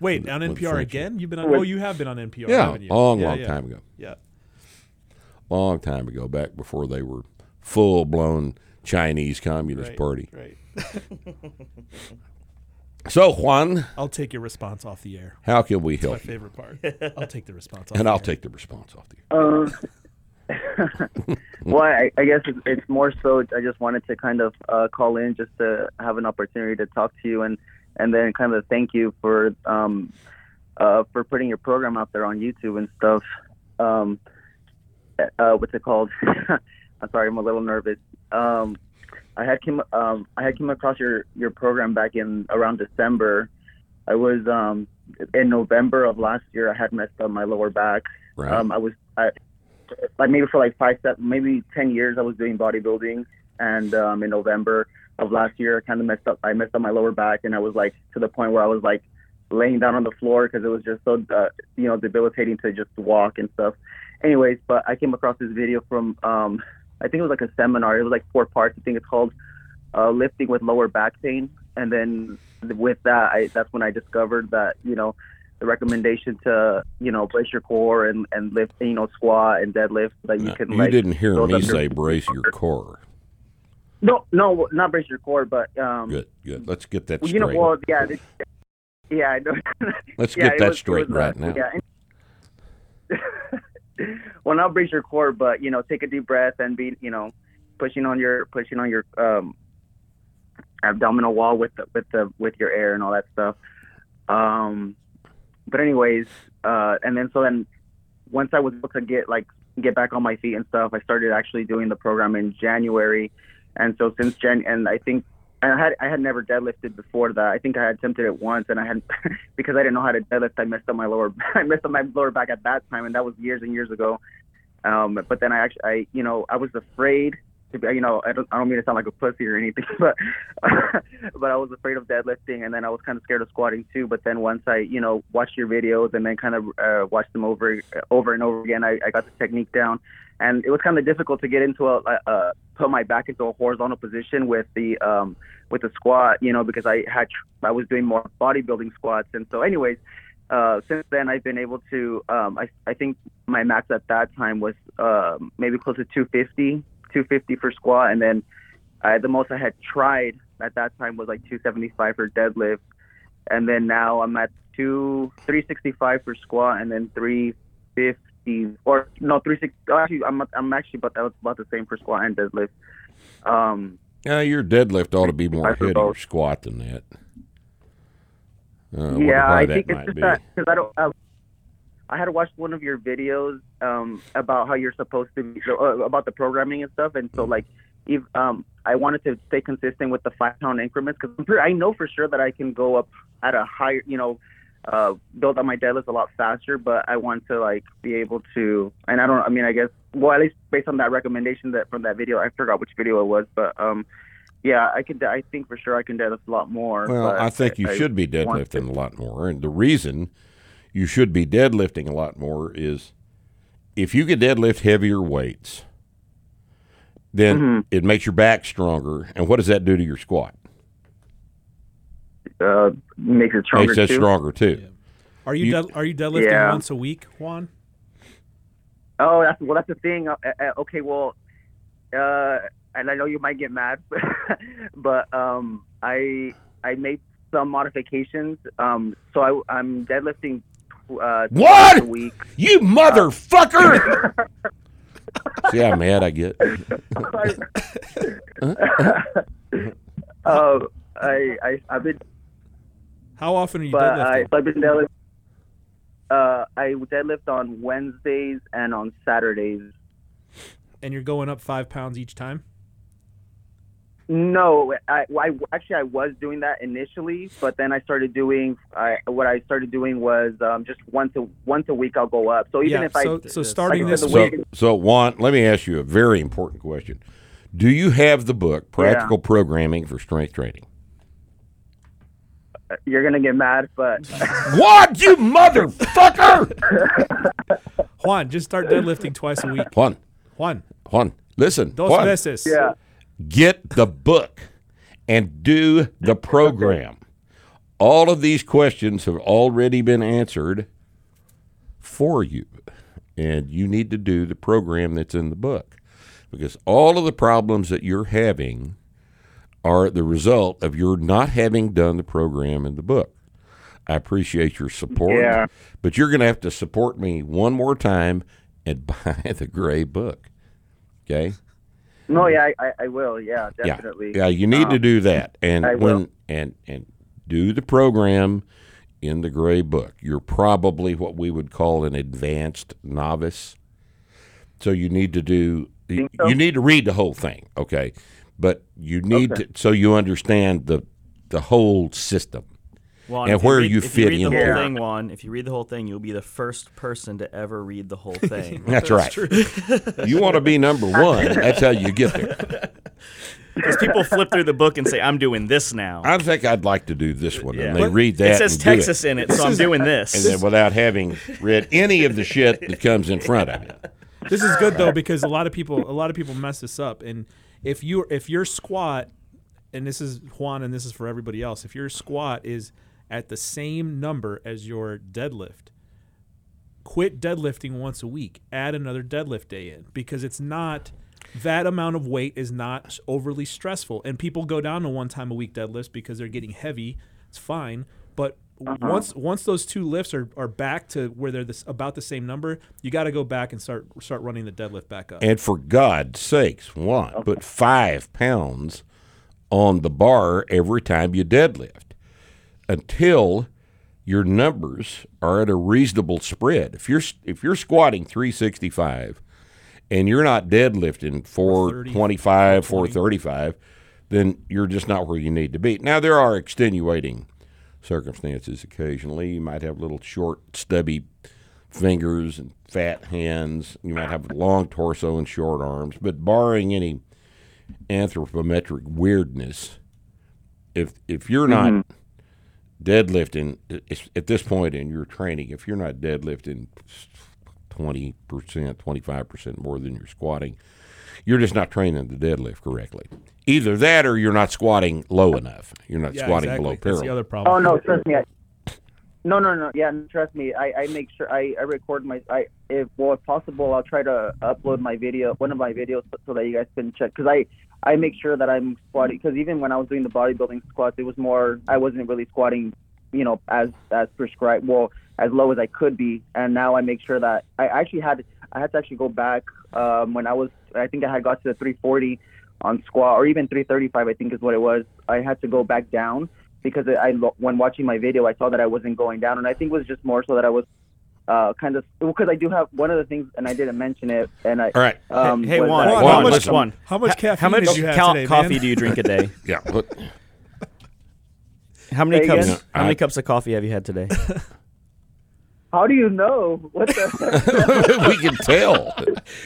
Wait,
With-
on
with
NPR
French.
again? You've been on. Oh, you have been on NPR.
Yeah,
haven't you?
long,
Yeah,
long
yeah.
time ago.
Yeah.
long time ago, back before they were full blown Chinese Communist
Right,
Party.
Right.
So Juan,
I'll take your response off the air.
how can we
That's my
help you?
favorite part. I'll take the response off.
And
the
I'll
air.
take the response off the
Um, well, I, I guess it's, it's more so. I just wanted to kind of uh, call in just to have an opportunity to talk to you and and then kind of thank you for um, uh, for putting your program out there on YouTube and stuff. Um, uh, what's it called? I'm sorry, I'm a little nervous. Um, I had came um, I had came across your your program back in around December. I was um, in November of last year. I had messed up my lower back.
Right.
Um, I was I, like maybe for like five, seven, maybe ten years. I was doing bodybuilding, and um, in November of last year, I kind of messed up. I messed up my lower back, and I was like to the point where I was like laying down on the floor because it was just so uh, you know debilitating to just walk and stuff. Anyways, but I came across this video from um, I think it was like a seminar. It was like four parts. I think it's called uh, lifting with lower back pain, and then with that, I, that's when I discovered that you know the recommendation to you know brace your core and and lift you know squat and deadlift that you
No,
can
you
like
didn't hear
build
me
up your-
say brace your core.
no no not brace your core but um
Good, good. Let's get that
well,
straight.
you know well yeah it, yeah I know.
Let's
Yeah,
get
it
that
was- it
straight
was, uh,
right now.
yeah well, not brace your core, but you know, take a deep breath and be, you know, pushing on your pushing on your um, abdominal wall with the, with the with your air and all that stuff. Um, but anyways, uh, and then so then once I was able to get like get back on my feet and stuff, I started actually doing the program in January, and so since Jan and I think. And I had I had never deadlifted before that. I think I had attempted it once, and I had because I didn't know how to deadlift. I messed up my lower I messed up my lower back at that time, and that was years and years ago. Um, but then I actually, I you know, I was afraid to be, you know, I don't, I don't mean to sound like a pussy or anything, but but I was afraid of deadlifting, and then I was kind of scared of squatting too. But then once I, you know, watched your videos and then kind of uh, watched them over over and over again, I, I got the technique down, and it was kind of difficult to get into a, a, a put my back into a horizontal position with the um with the squat, you know, because I had tr- I was doing more bodybuilding squats, and so anyways. Uh, since then, I've been able to. Um, I, I think my max at that time was um maybe close to 250, 250 for squat, and then I, the most I had tried at that time was like 275 for deadlift, and then now I'm at two 365 for squat, and then 350 or no 360. oh, Actually, I'm I'm actually about that about the same for squat and deadlift. Um,
Now your deadlift ought to be more
I
head or
suppose.
squat than that. Uh, I wonder
yeah,
why
I
that
think it's
might
just
be.
that because I don't. I, I had watched one of your videos um, about how you're supposed to be uh, about the programming and stuff, and so
Mm-hmm.
like, if um, I wanted to stay consistent with the five pound increments because I know for sure that I can go up at a higher, you know, uh, build up my deadlifts a lot faster, but I want to like be able to, and I don't. I mean, I guess well, at least based on that recommendation that from that video, I forgot which video it was, but um, yeah, I could. I think for sure I can deadlift a lot more.
Well,
but
I think you should be
want to-
deadlifting a lot more. And the reason you should be deadlifting a lot more is if you could deadlift heavier weights, then
Mm-hmm.
it makes your back stronger. And what does that do to your squat?
uh, makes it stronger
makes that
too.
stronger too.
Are you,
You-
dead, are you deadlifting
Yeah.
once a week, Juan?
Oh, that's uh, well, that's the thing. Uh, uh, okay, well, uh, and I know you might get mad, but um, I I made some modifications. Um, so I, I'm deadlifting. tw- Uh, twice
What?
A week.
You motherfucker! See how mad I get.
uh, I, I I've been
How often are you
but I,
deadlifting?
I've been deadlift. Uh, I deadlift on Wednesdays and on Saturdays.
and you're going up five pounds each time?
No, I, well, I actually I was doing that initially, but then I started doing I, what I started doing was um, just once a once a week I'll go up. So even
Yeah,
if I
so- so starting
like I said,
this
the
So,
week-
so Juan, let me ask you a very important question. Do you have the book Practical Programming for Strength Training?
you're gonna get mad, but
what you motherfucker!
Juan, just start deadlifting twice a week.
Juan,
Juan,
Juan, listen.
Dos
Juan,
veces. Yeah.
Get the book and do the program. All of these questions have already been answered for you, and you need to do the program that's in the book because all of the problems that you're having are the result of your not having done the program in the book. I appreciate your support,
Yeah.
but you're going to have to support me one more time and buy the gray book. Okay?
no, yeah, I, I, I will. Yeah,
Yeah.
definitely.
Yeah, you need to
Um,
do that, and
I will.
when and and do the program in the gray book. You're probably what we would call an advanced novice, so you need to do you, you need to read the whole thing, okay? But you need
Okay.
to so you understand the the whole system
Juan,
and
if you
where
read-
you
if
fit
you
in.
read the whole thing, Juan, if you read the whole thing, you'll be the first person to ever read the whole thing.
That's right. you want to be number one. That's how you get there.
Because people flip through the book and say, "I'm doing this now."
I think I'd like to do this one,
Yeah.
and they
But
read
it
that.
says
and do
Texas in it, so This I'm is- doing this.
and then without having read any of the shit that comes in front of it.
This is good though because a lot of people a lot of people mess this up and if you if your squat and this is Juan and this is for everybody else if your squat is at the same number as your deadlift quit deadlifting once a week add another deadlift day in because it's not that amount of weight is not overly stressful and people go down to one time a week deadlifts because they're getting heavy it's fine but
Uh-huh.
once once those two lifts are, are back to where they're this, about the same number you got to go back and start start running the deadlift back up
And for God's sakes, Juan, put five pounds on the bar every time you deadlift until your numbers are at a reasonable spread. If you're if you're squatting 365 and you're not deadlifting 425, 435, then you're just not where you need to be. Now there are extenuating circumstances occasionally. You might have little short stubby fingers and fat hands. You might have a long torso and short arms, but barring any anthropometric weirdness, if if you're not
Mhm.
deadlifting it's- at this point in your training, if you're not deadlifting twenty percent, twenty five percent more than you're squatting, you're just not training the deadlift correctly. Either that, or you're not squatting low enough. You're not
Yeah,
squatting
exactly.
below
That's the
parallel.
other
Oh no, trust me. I, no, no, no. Yeah, trust me. I, I make sure I, I record my. I if well if possible, I'll try to upload my video, one of my videos, so, so that you guys can check. Because I I make sure that I'm squatting. Because even when I was doing the bodybuilding squats, it was more. I wasn't really squatting, you know, as as prescribed. Well, as low as I could be. And now I make sure that I actually had I had to actually go back um, when I was. I think I had got to the 340 on squat or even 335. I think is what it was. I had to go back down because I, I- when watching my video, I saw that I wasn't going down, and I think it was just more so that I was uh, kind of because I do have one of the things, and I didn't mention it, and I
All right.
um,
hey,
was
Juan,
that I-
Juan, how much, Juan, how much cal- coffee do you drink a day?
yeah.
How many
Say
cups?
again?
How many cups of coffee have you had today?
How do you know? What the?
we can tell.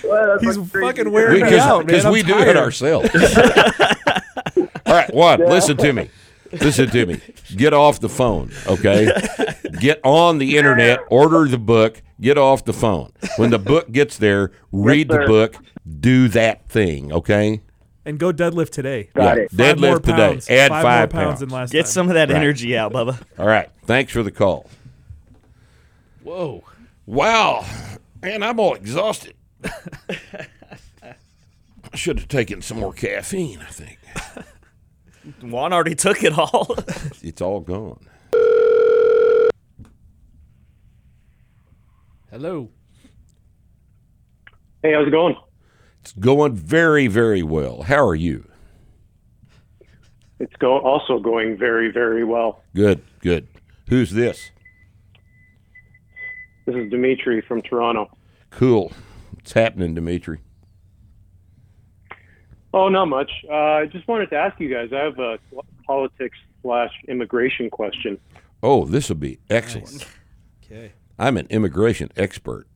well, He's fucking
We- 'cause- 'cause we do it ourselves. All right, Juan,
Yeah.
listen to me. Listen to me. Get off the phone, okay? Get on the internet, order the book, get off the phone. When the book gets there, read the
sir.
book, do that thing, okay?
and go deadlift today
Yeah, Deadlift today. Add five,
more pounds
pounds.
than last
Get
time.
some of that
Right.
energy out, Bubba.
All right. Thanks for the call.
Whoa.
Wow. Man, I'm all exhausted. Should have taken some more caffeine, I think.
Juan already took it all.
It's all gone.
Hello.
Hey, how's it going?
It's going very, very well. How are you?
It's go- also going very, very well.
Good, good. Who's this?
This is Dimitri from Toronto.
Cool. It's happening, Dimitri.
Oh, not much. Uh, I just wanted to ask you guys. I have a politics slash immigration question.
Oh, this will be excellent.
Okay.
I'm an immigration expert.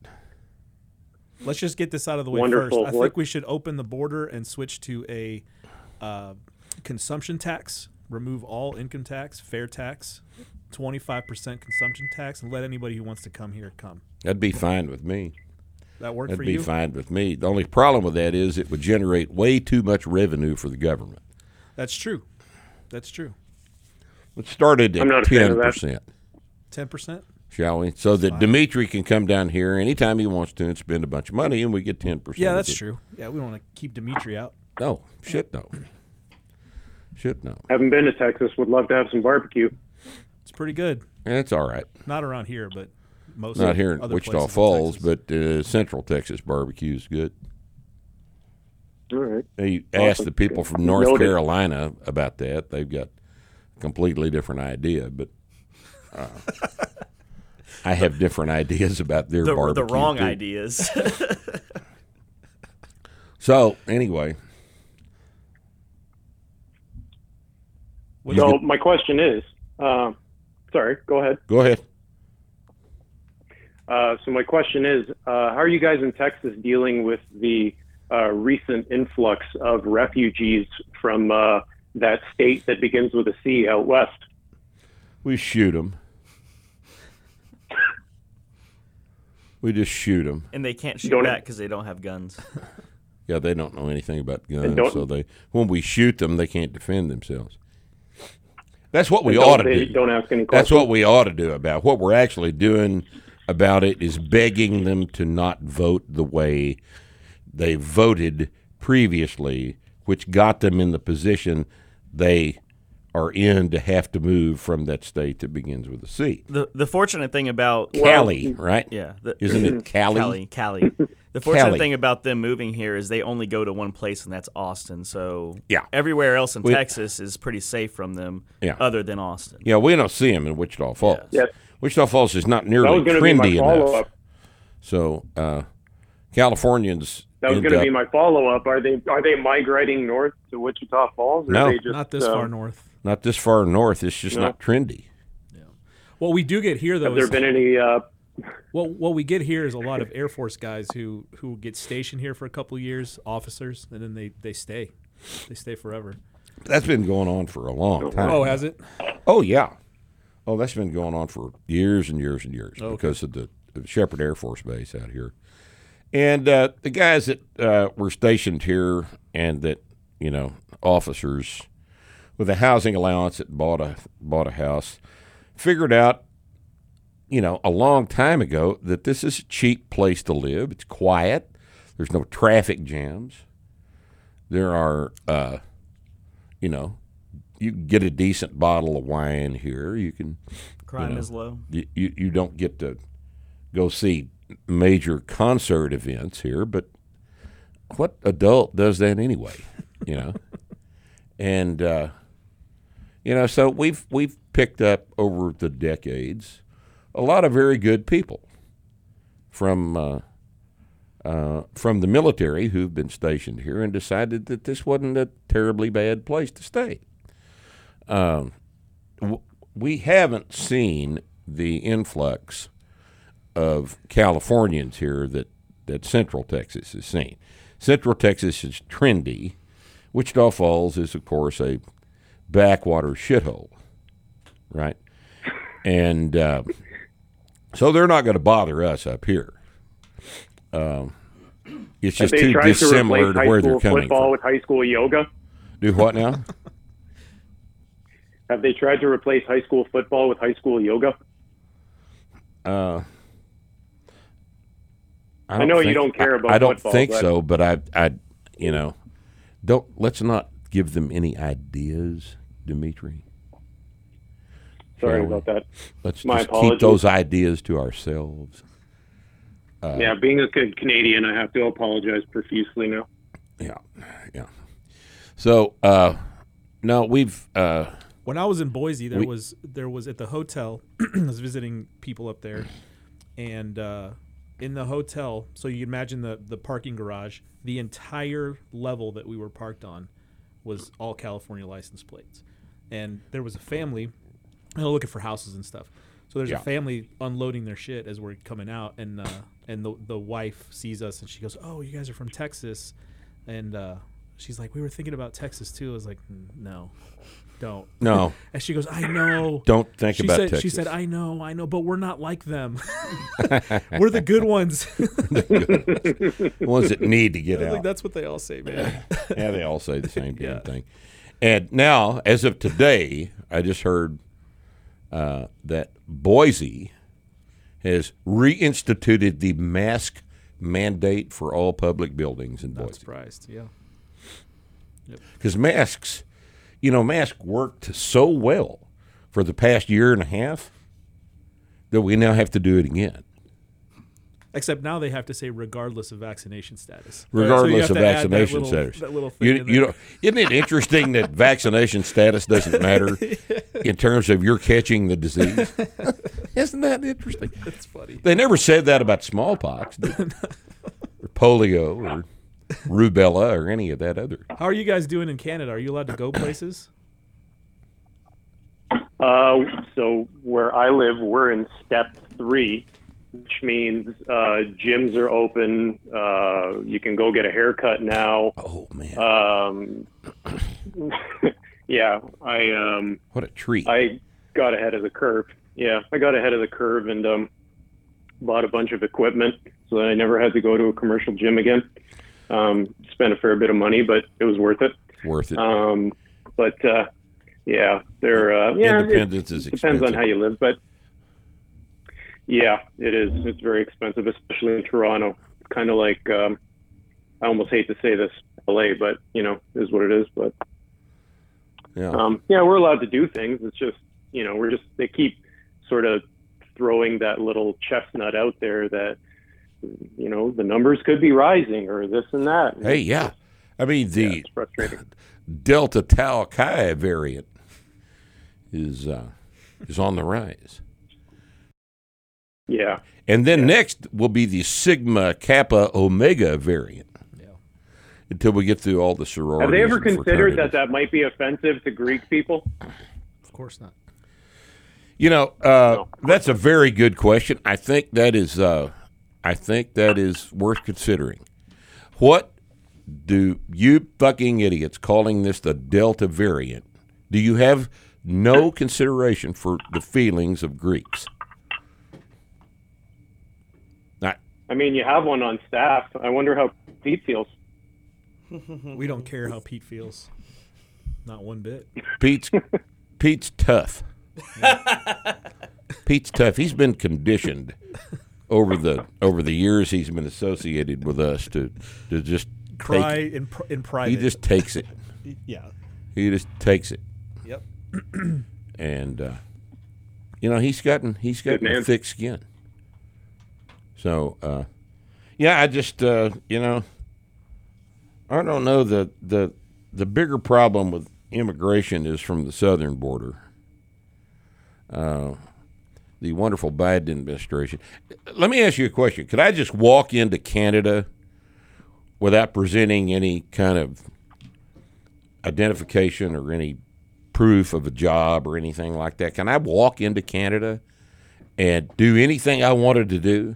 Let's just get this out of the way
Wonderful.
first. I think we should open the border and switch to a uh, consumption tax. Remove all income tax, fair tax, twenty five percent consumption tax, and let anybody who wants to come here come.
That'd be fine with me.
That work
That'd
for
be
you?
fine with me. The only problem with that is it would generate way too much revenue for the government.
That's true. That's true.
It started
I'm
at
not a fan of
ten
that.
percent,
Ten percent.
shall we? So that Dimitri can come down here anytime he wants to and spend a bunch of money, and we get ten percent.
Yeah, that's true. Yeah, we don't want to keep Dimitri out.
No, shit, no, shit, no.
Haven't been to Texas. Would love to have some barbecue.
It's pretty good.
That's all right.
Not around here, but most
Not here in
other
Wichita
places.
Falls, but uh, Central Texas barbecue is good.
All right.
They
Awesome.
asked the people from North
Noted.
Carolina about that. They've got a completely different idea, but uh, I have different ideas about their
The- the
barbecue.
wrong
too.
ideas.
so anyway,
so my question is, uh, sorry, go ahead.
go ahead.
Uh, so my question is, uh, how are you guys in Texas dealing with the uh, recent influx of refugees from uh, that state that begins with a C out west?
We shoot them. We just shoot them.
and they can't shoot
Don't-
back because they don't have guns.
Yeah, they don't know anything about guns,
don't-
so they when we shoot them, they can't defend themselves. That's what we
And don't-
ought to
they
do.
don't ask any
That's
questions.
what we ought to do about what we're actually doing about it is begging them to not vote the way they voted previously, which got them in the position they are in to have to move from that state that begins with a C.
The the fortunate thing about
Cali, right?
Yeah,
Isn't it Cali?
Cali, Cali. The fortunate
Cali.
thing about them moving here is they only go to one place, and that's Austin. So
Yeah.
everywhere else in
We-
Texas is pretty safe from them,
Yeah.
other than Austin.
Yeah, we don't see them in Wichita Falls.
Yes.
Wichita Falls is not
That
nearly
was gonna be my
trendy enough.
follow-up.
So uh, Californians
That was
end
going to
up-
be my follow-up. Are they are they migrating north to Wichita Falls? Or
No.
are they just,
Not this
uh,
far north.
not this far north. It's just
No.
not trendy.
What we do get here, though,
Have there
is-
been any? Uh,
Well, what we get here is a lot of Air Force guys who who get stationed here for a couple of years, officers, and then they they stay, they stay forever.
That's been going on for a long time.
Oh, has it?
Oh yeah. Oh, that's been going on for years and years and years
Okay.
because of the of Shepherd Air Force Base out here, and uh, the guys that uh, were stationed here and that you know officers with a housing allowance that bought a bought a house figured out you know a long time ago that this is a cheap place to live. It's quiet. There's no traffic jams. There are uh, you know, you can get a decent bottle of wine here. You can
Crime
you know,
is low.
You, you you don't get to go see major concert events here, but what adult does that anyway? You know, and uh, you know, so we've we've picked up over the decades a lot of very good people from uh, uh, from the military who've been stationed here and decided that this wasn't a terribly bad place to stay. Um, w- we haven't seen the influx of Californians here that, that Central Texas has seen. Central Texas is trendy. Wichita Falls is, of course, a backwater shithole, right? And uh, so they're not going to bother us up here. Um, it's
have
just
they
too
tried to
dissimilar
replace
to,
high
where they're
school
coming
football
from.
with high school yoga?
Do what now?
Have they tried to replace high school football with high school yoga?
Uh,
I know you
think-
don't care about
I, I don't
football,
think
but-
so, but I, I, you know, Don't let's not give them any ideas, Dimitri.
Sorry
Shall we?
about that.
Let's
My
just keep
apologies.
those ideas to ourselves. Uh,
yeah, being a good Canadian, I have to apologize profusely now.
Yeah, yeah. So, uh, no, we've uh,
When I was in Boise, there
We-
was there was at the hotel. I was visiting people up there, and uh, in the hotel, so you imagine the the parking garage. The entire level that we were parked on was all California license plates, and there was a family. They were looking for houses and stuff. So there's
Yeah.
a family unloading their shit as we're coming out, and uh, and the the wife sees us and she goes, "Oh, you guys are from Texas," and uh, she's like, "We were thinking about Texas too." I was like, "Mm, "No, don't."
No.
And she goes, "I know."
Don't think
she
about
said, She
Texas.
said, "I know, I know, but we're not like them. we're the good ones.
The good ones that need to get
I was like,
out.
That's what they all say, man.
yeah, they all say the same damn
Yeah.
thing. And now, as of today, I just heard uh, that Boise has reinstituted the mask mandate for all public buildings in
Not
Boise.
surprised. Yeah.
because masks, you know, masks worked so well for the past year and a half that we now have to do it again.
Except now they have to say regardless of vaccination status. So you
regardless
have
of
to add that
vaccination
little-
status.
That little thing.
you,
in
you know, isn't it interesting that vaccination status doesn't matter in terms of your catching the disease? Isn't that interesting?
That's funny.
They never said that about smallpox, did they? or polio, or rubella, or any of that other.
How are you guys doing in Canada? Are you allowed to go places?
Uh, so where I live, we're in step three, which means uh, gyms are open. Uh, you can go get a haircut now.
Oh man.
Um, yeah, I. Um,
What a treat!
I got ahead of the curve. Yeah, I got ahead of the curve and um, bought a bunch of equipment so that I never had to go to a commercial gym again. Um, spent a fair bit of money, but it was worth it.
Worth
Uh,
it.
Um, but uh, yeah, they're uh, yeah,
Independence
it
is
depends on
expensive.
how you live, but yeah, it is. It's very expensive, especially in Toronto. Kind of like um, I almost hate to say this, LA, but you know, is what it is. But
Yeah.
um, yeah, we're allowed to do things. It's just you know we're just they keep sort of throwing that little chestnut out there that you know the numbers could be rising or this and that.
hey, yeah. I mean the
frustrating.
Delta Tau Chi variant is uh, is on the rise.
Yeah.
And then next will be the Sigma Kappa Omega variant. Until we get through all the sororities.
Have they ever
and
considered
fraternities.
that that might be offensive to Greek people?
Of course not.
You know, uh, that's a very good question. I think that is, uh, I think that is worth considering. What do you fucking idiots calling this the Delta variant? Do you have no consideration for the feelings of Greeks? Not,
I mean, you have one on staff. I wonder how Pete feels.
we don't care how Pete feels. Not one bit.
Pete's Pete's tough. Pete's tough. He's been conditioned over the over the years he's been associated with us to to just take
Cry
it.
in pri- in private.
He just takes it.
Yeah.
He just takes it.
Yep.
and uh, you know he's gotten he's
Good
gotten a
man.
thick skin. So uh, yeah, I just uh, you know I don't know the the the bigger problem with immigration is from the southern border. Uh, the wonderful Biden administration. Let me ask you a question. Could I just walk into Canada without presenting any kind of identification or any proof of a job or anything like that? Can I walk into Canada and do anything I wanted to do?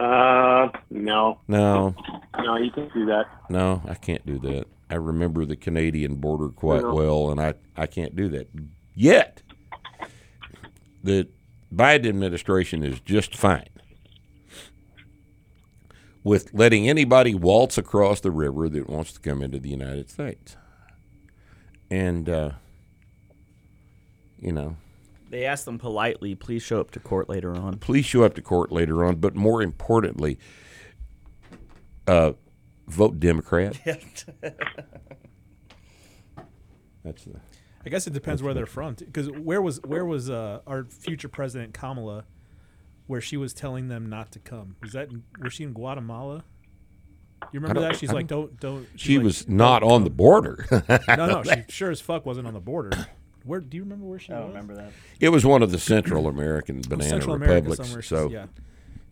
Uh, no,
No,
no, you can't do that.
no, I can't do that. I remember the Canadian border quite
No.
well, and I, I can't do that yet. The Biden administration is just fine with letting anybody waltz across the river that wants to come into the United States. And, uh, you know,
They asked them politely, please show up to court later on.
Please show up to court later on, but more importantly, uh, Vote Democrat. That's the
I guess it depends where they're from. Because where was where was uh, our future president Kamala, where she was telling them not to come? Was that in, was she in Guatemala? You remember
don't-
that? She's
I
like,
don't-
don't, don't. she's
She
like,
was not on the border.
no, no, she sure as fuck wasn't on the border. Where do you remember where she was? I don't remember that.
It was one of the Central American banana
Oh, Central America
republics.
somewhere,
so
yeah.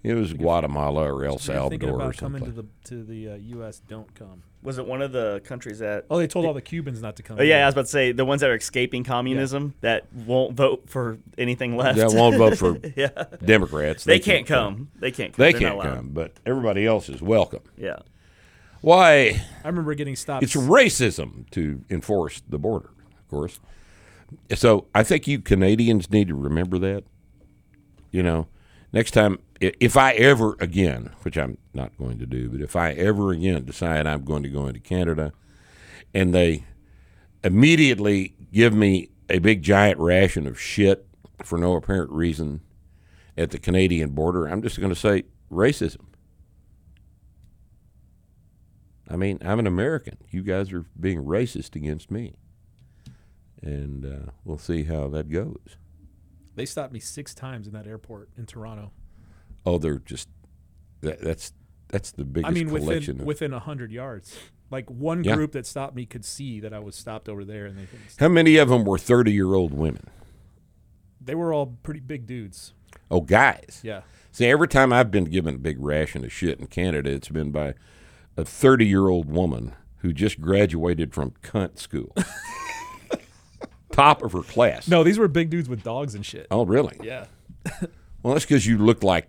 it was Guatemala or El
Thinking
Salvador or
about
something.
coming to the to the uh, U.S. Don't come.
Was it one of the countries
Uh,
that?
Oh, they told all the Cubans not to come.
Oh, yeah, I was about to say the ones that are escaping communism that won't vote for anything left.
That won't vote for
yeah.
Democrats.
They, can't, come. They can't. come.
They
They're
can't
not allowed.
come, but everybody else is welcome.
Yeah.
Why?
I remember getting stopped.
It's racism to enforce the border, of course. So I think you Canadians need to remember that. You know, next time, i- if I ever again, which I'm not going to do, but if I ever again decide I'm going to go into Canada and they immediately give me a big giant ration of shit for no apparent reason at the Canadian border, I'm just going to say racism. I mean, I'm an American. You guys are being racist against me. And uh, we'll see how that goes.
They stopped me six times in that airport in Toronto.
Oh, they're just that, that's that's the biggest
I mean,
collection
within
of
within hundred yards, like one
Yeah.
group that stopped me could see that I was stopped over there, and they couldn't
How many of them were 30-year-old women?
They were all pretty big dudes.
Oh, guys.
Yeah.
See, every time I've been given a big ration of shit in Canada, it's been by a 30-year-old woman who just graduated from cunt school. Top of her class.
No, these were big dudes with dogs and shit.
Oh, really?
Yeah.
Well, that's because you look like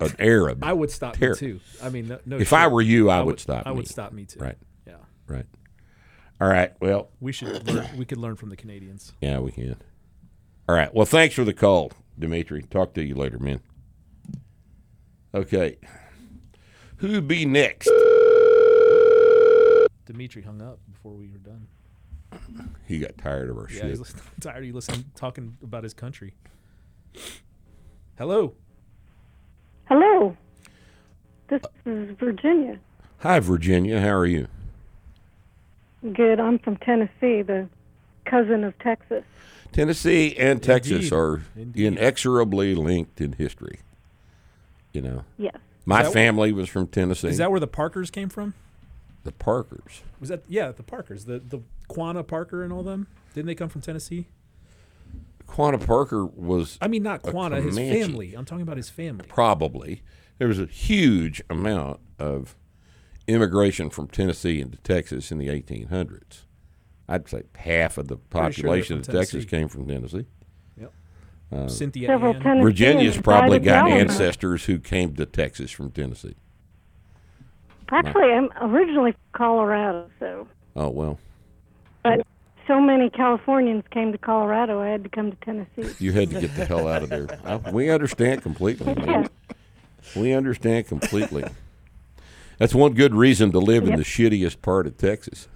an Arab.
I would stop me,
Terror.
too. I mean, no- no
if I
shit.
were you, I,
I
would,
would-
stop.
I would
me.
stop me, too.
Right.
Yeah.
Right. All right. Well,
We should learn, we could learn from the Canadians.
yeah, we can. All right. Well, thanks for the call, Dimitri. Talk to you later, man. Okay. Who be next?
Dimitri hung up before we were done.
He got tired of our
Yeah,
shit.
he's listening, tired of you listening talking about his country. Hello.
Hello.
Uh,
This is Virginia.
Hi, Virginia. How are you?
Good. I'm from Tennessee, the cousin of Texas.
Tennessee and Texas
Indeed.
are
Indeed.
inexorably linked in history. You know.
Yes.
My
Is that-
family was from Tennessee.
Is that where the Parkers came from?
the Parkers?
Was that yeah, the Parkers, the the Quanah Parker and all them? Didn't they come from Tennessee?
Quanta Parker was.
I mean, not
a
Quanah, his
Comanche.
family. I'm talking about his family.
probably there was a huge amount of immigration from Tennessee into Texas in the 1800s. I'd say half of the
they're
population
from
of Texas
Tennessee.
came from Tennessee.
Yep.
Uh,
Cynthia
Several Ann. Tennesseans
Virginia's
died
probably
of
got
melanoma.
ancestors who came to Texas from Tennessee.
Actually, I'm originally from Colorado, so
Oh well,
but so many Californians came to Colorado, I had to come to Tennessee.
you had to get the hell out of there. I, we understand completely. man. We understand completely. That's one good reason to live in
Yep.
the shittiest part of Texas.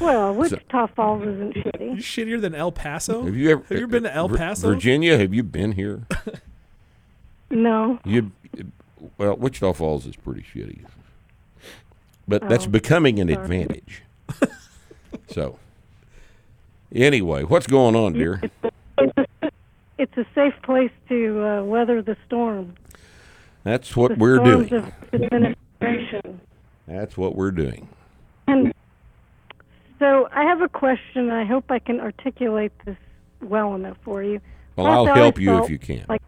well, Wichita Falls isn't shitty.
You shittier than El Paso?
Have you ever
Oh, Have you been to El
Vir-
Paso?
Virginia? Have you been here?
No.
You, well, Wichita Falls is pretty shitty, but that's
Oh,
becoming an
sorry.
advantage. so, anyway, what's going on, dear?
It's a safe place to uh, weather the storm.
That's what
the
we're
storms
doing.
Of administration.
That's what we're doing.
And Um, so I have a question. I hope I can articulate this well enough for you.
Well,
Last
I'll
I
help you if
felt
you can.
Like,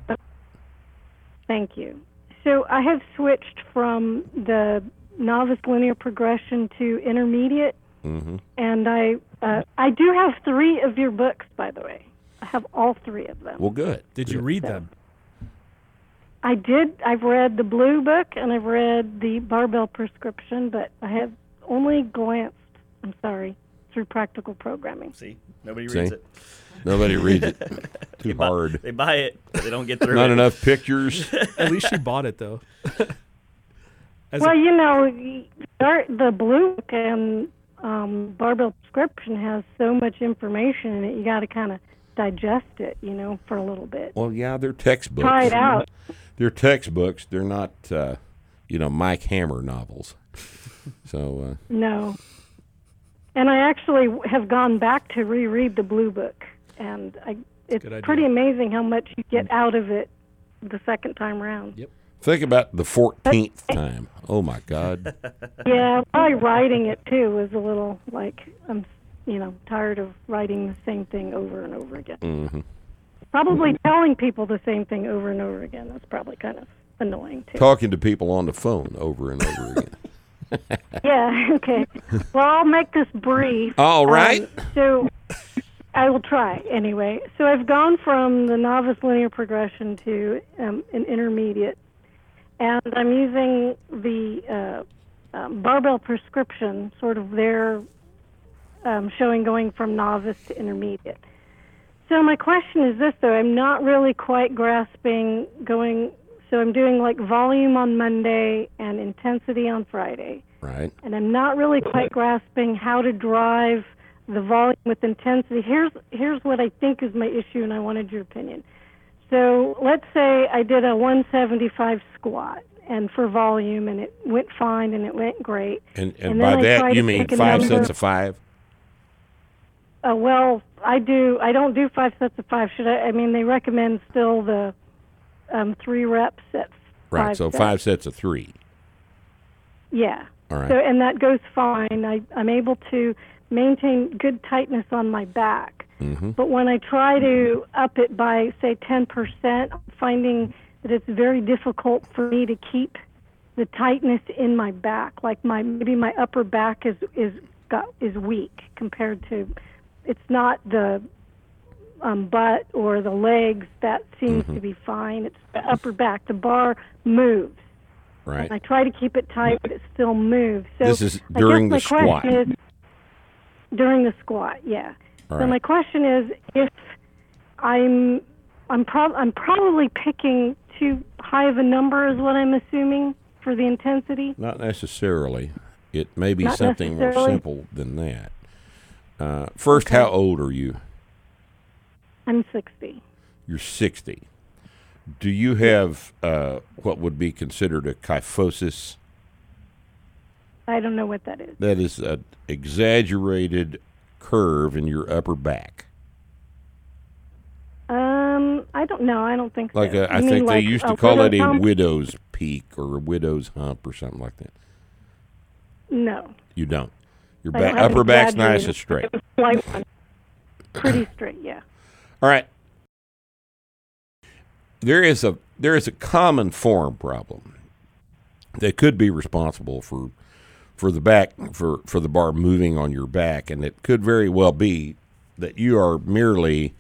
thank you. So I have switched from the novice linear progression to intermediate,
Mm-hmm.
and I uh, I do have three of your books, by the way. I have all three of them.
Well, good.
Did you read them?
I did. I've read the blue book and I've read the barbell prescription, but I have only glanced. I'm sorry through practical programming.
See, nobody
See?
reads it.
Nobody reads it. Too hard.
They buy it. but They don't get through.
Not
it.
enough pictures.
At least she bought it though. As a-
well, you know, y- our- the blue book and um, barbell prescription has so much information in it. You got to kind of digest it, you know, for a little bit.
Well, yeah, they're textbooks.
Try it out.
They're textbooks. They're not uh, you know Mike Hammer novels. so uh,
No. And I actually have gone back to reread the Blue Book, and I, it's
Good idea.
pretty amazing how much you get out of it the second time round. Yep.
think about the fourteenth time. Oh my God!
Yeah, probably writing it too was a little like I'm, you know, tired of writing the same thing over and over again.
hmm
Probably
Mm-hmm.
telling people the same thing over and over again. That's probably kind of annoying too.
Talking to people on the phone over and over again.
Yeah. Okay. Well, I'll make this brief.
All right.
Um, so I will try anyway. So I've gone from the novice linear progression to um, an intermediate, and I'm using the uh, um, barbell prescription, sort of their um, showing going from novice to intermediate. So my question is this, though. I'm not really quite grasping going. So I'm doing like volume on Monday and intensity on Friday
Right.
and I'm not really quite grasping how to drive the volume with intensity. Here's here's what I think is my issue, and I wanted your opinion. So let's say I did a 175 squat, and for volume, and it went fine, and it went great.
And and,
And then
by
I try
that
to
you mean
pick a
five
number.
cents a five?
Uh, well, I do. I don't do five sets of five. Should I? I mean, they recommend still the um, three reps at
Right.
Five
so
sets.
five sets of three.
yeah.
All right.
So and that goes fine. I, I'm able to maintain good tightness on my back.
hmm
But when I try to up it by, say, 10%, I'm finding that it's very difficult for me to keep the tightness in my back. Like my maybe my upper back is is got is weak compared to it's not the um, butt or the legs that seems
Mm-hmm.
to be fine. It's the upper back. The bar moves.
Right.
And I try to keep it tight, but it still moves. So
This is
I guess
during
my
the squat.
question is- during the squat, yeah.
All
So
right.
my question is, if I'm I'm prob- I'm probably picking too high of a number, is what I'm assuming for the intensity.
Not necessarily. It may be
Not
something more
necessarily.
simple than that. Uh, first, how old are you?
I'm 60.
You're 60. Do you have uh, what would be considered a kyphosis?
I don't know what that is.
That is an exaggerated curve in your upper back.
Um, I don't know. I don't think
Like
so.
a, I
You mean
think
like
they used
a
to call it a
widow's hump?
widow's peak or a widow's hump or something like that.
No,
You don't. Your
I don't
back,
have
upper
an
back's nice
exaggerated-
and straight.
like one. pretty straight, yeah.
All right. There is a there is a common form problem that could be responsible for for the back for for the bar moving on your back, and it could very well be that you are merely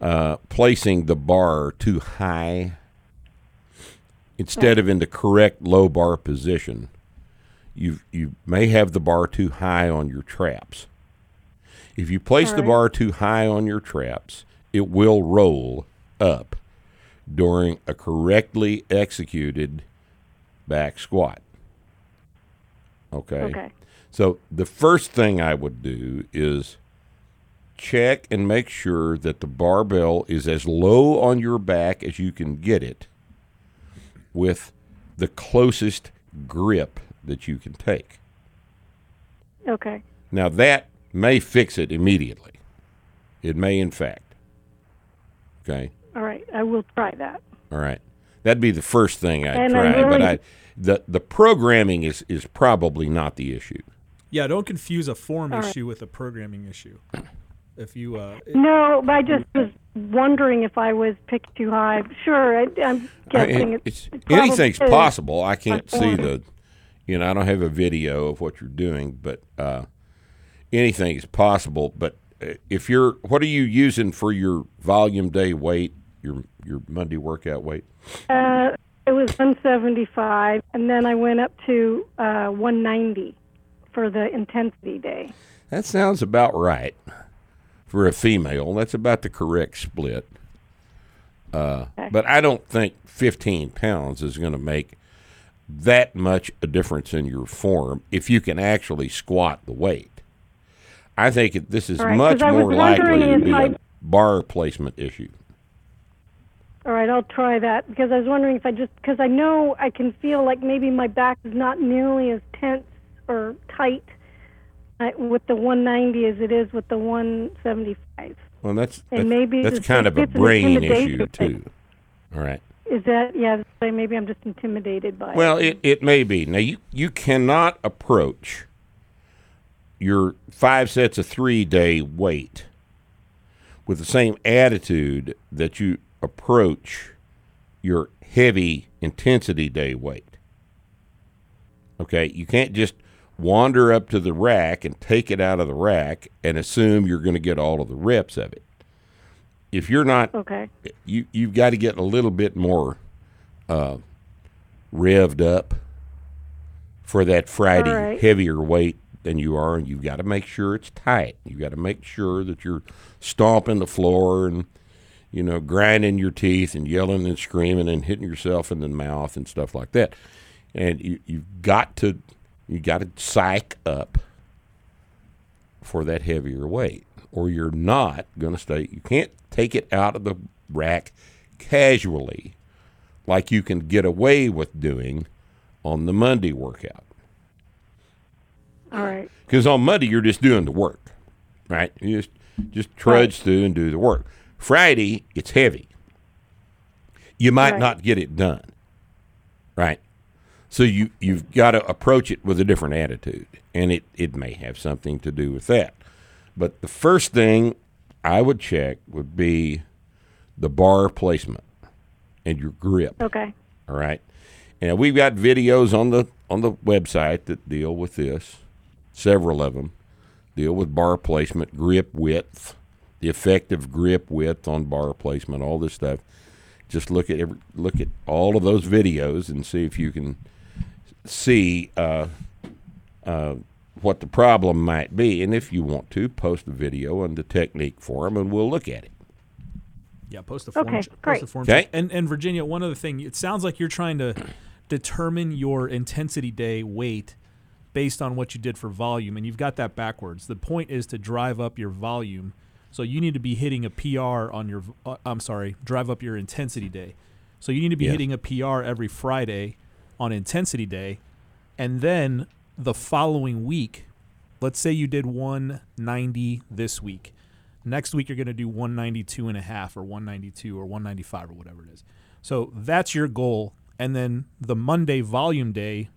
uh, placing the bar too high instead of in the correct low bar position. You you may have the bar too high on your traps. If you place the
Alright.
bar too high on your traps, it will roll up during a correctly executed back squat. Okay.
Okay.
So the first thing I would do is check and make sure that the barbell is as low on your back as you can get it with the closest grip that you can take.
Okay.
Now that may fix it immediately. It may, in fact. Okay.
All right. I will try that.
All right. That'd be the first thing I would
And
try,
I'm
but
really-
I the the programming is is probably not the issue.
Yeah, don't confuse a form
All right.
issue with a programming issue. If you uh, it-
No, but I just was wondering if I was picked too high. Sure, I, I'm
I
guessing
mean,
it's,
it's-
it probably
anything's
is.
possible. I can't see
form.
the, you know, I don't have a video of what you're doing, but uh, anything is possible. But uh, if you're, what are you using for your volume day weight? Your your Monday workout weight?
Uh, it was 175, and then I went up to uh, 190 for the intensity day.
That sounds about right for a female. That's about the correct split. Uh, But I don't think 15 pounds is going to make that much a difference in your form if you can actually squat the weight. I think it, this is
All right,
much
'cause I was
more likely
wondering
to
if
be a
I-
bar placement issue.
All right, I'll try that because I was wondering if I just because I know I can feel like maybe my back is not nearly as tense or tight uh, with the 190 as it is with the 175.
Well, that's
And
that's,
maybe
that's
it's-
kind of a
it's an
brain issue
intimidation
too. All right.
Is that yeah? that's why Maybe I'm just intimidated by
Well,
it.
it, it may be. Now you you cannot approach your five sets of three day weight with the same attitude that you approach your heavy intensity day weight. Okay, you can't just wander up to the rack and take it out of the rack and assume you're going to get all of the reps of it. If you're not
Okay.
you you've got to get a little bit more uh, revved up for that Friday
All right.
heavier weight than you are, and you've got to make sure it's tight. You've got to make sure that you're stomping the floor and you know grinding your teeth and yelling and screaming and hitting yourself in the mouth and stuff like that. And you, you've got to you got to psych up for that heavier weight, or you're not going to stay. You can't take it out of the rack casually, like you can get away with doing on the Monday workout.
All right.
Because on Monday you're just doing the work, right? You just just trudge through and do the work. Friday it's heavy. You might
Right.
not get it done, right? So you you've got to approach it with a different attitude, and it it may have something to do with that. But the first thing I would check would be the bar placement and your grip.
Okay.
All right. And we've got videos on the on the website that deal with this. Several of them deal with bar placement, grip width, the effective grip width on bar placement, all this stuff. Just look at every look at all of those videos and see if you can see uh, uh, what the problem might be. And if you want to, post a video on the technique forum, and we'll look at it.
Yeah, post the form.
Okay,
check-
great.
Post the form.
Okay.
check. And and Virginia, one other thing. It sounds like you're trying to determine your intensity day weight based on what you did for volume, and you've got that backwards. The point is to drive up your volume, so you need to be hitting a PR on your. Uh, I'm sorry, drive up your intensity day. So you need to be
Yes.
hitting a PR every Friday on intensity day, and then the following week. Let's say you did 190 this week. Next week you're going to do 192 and a half or 192 or 195 or whatever it is. So that's your goal and then the Monday volume day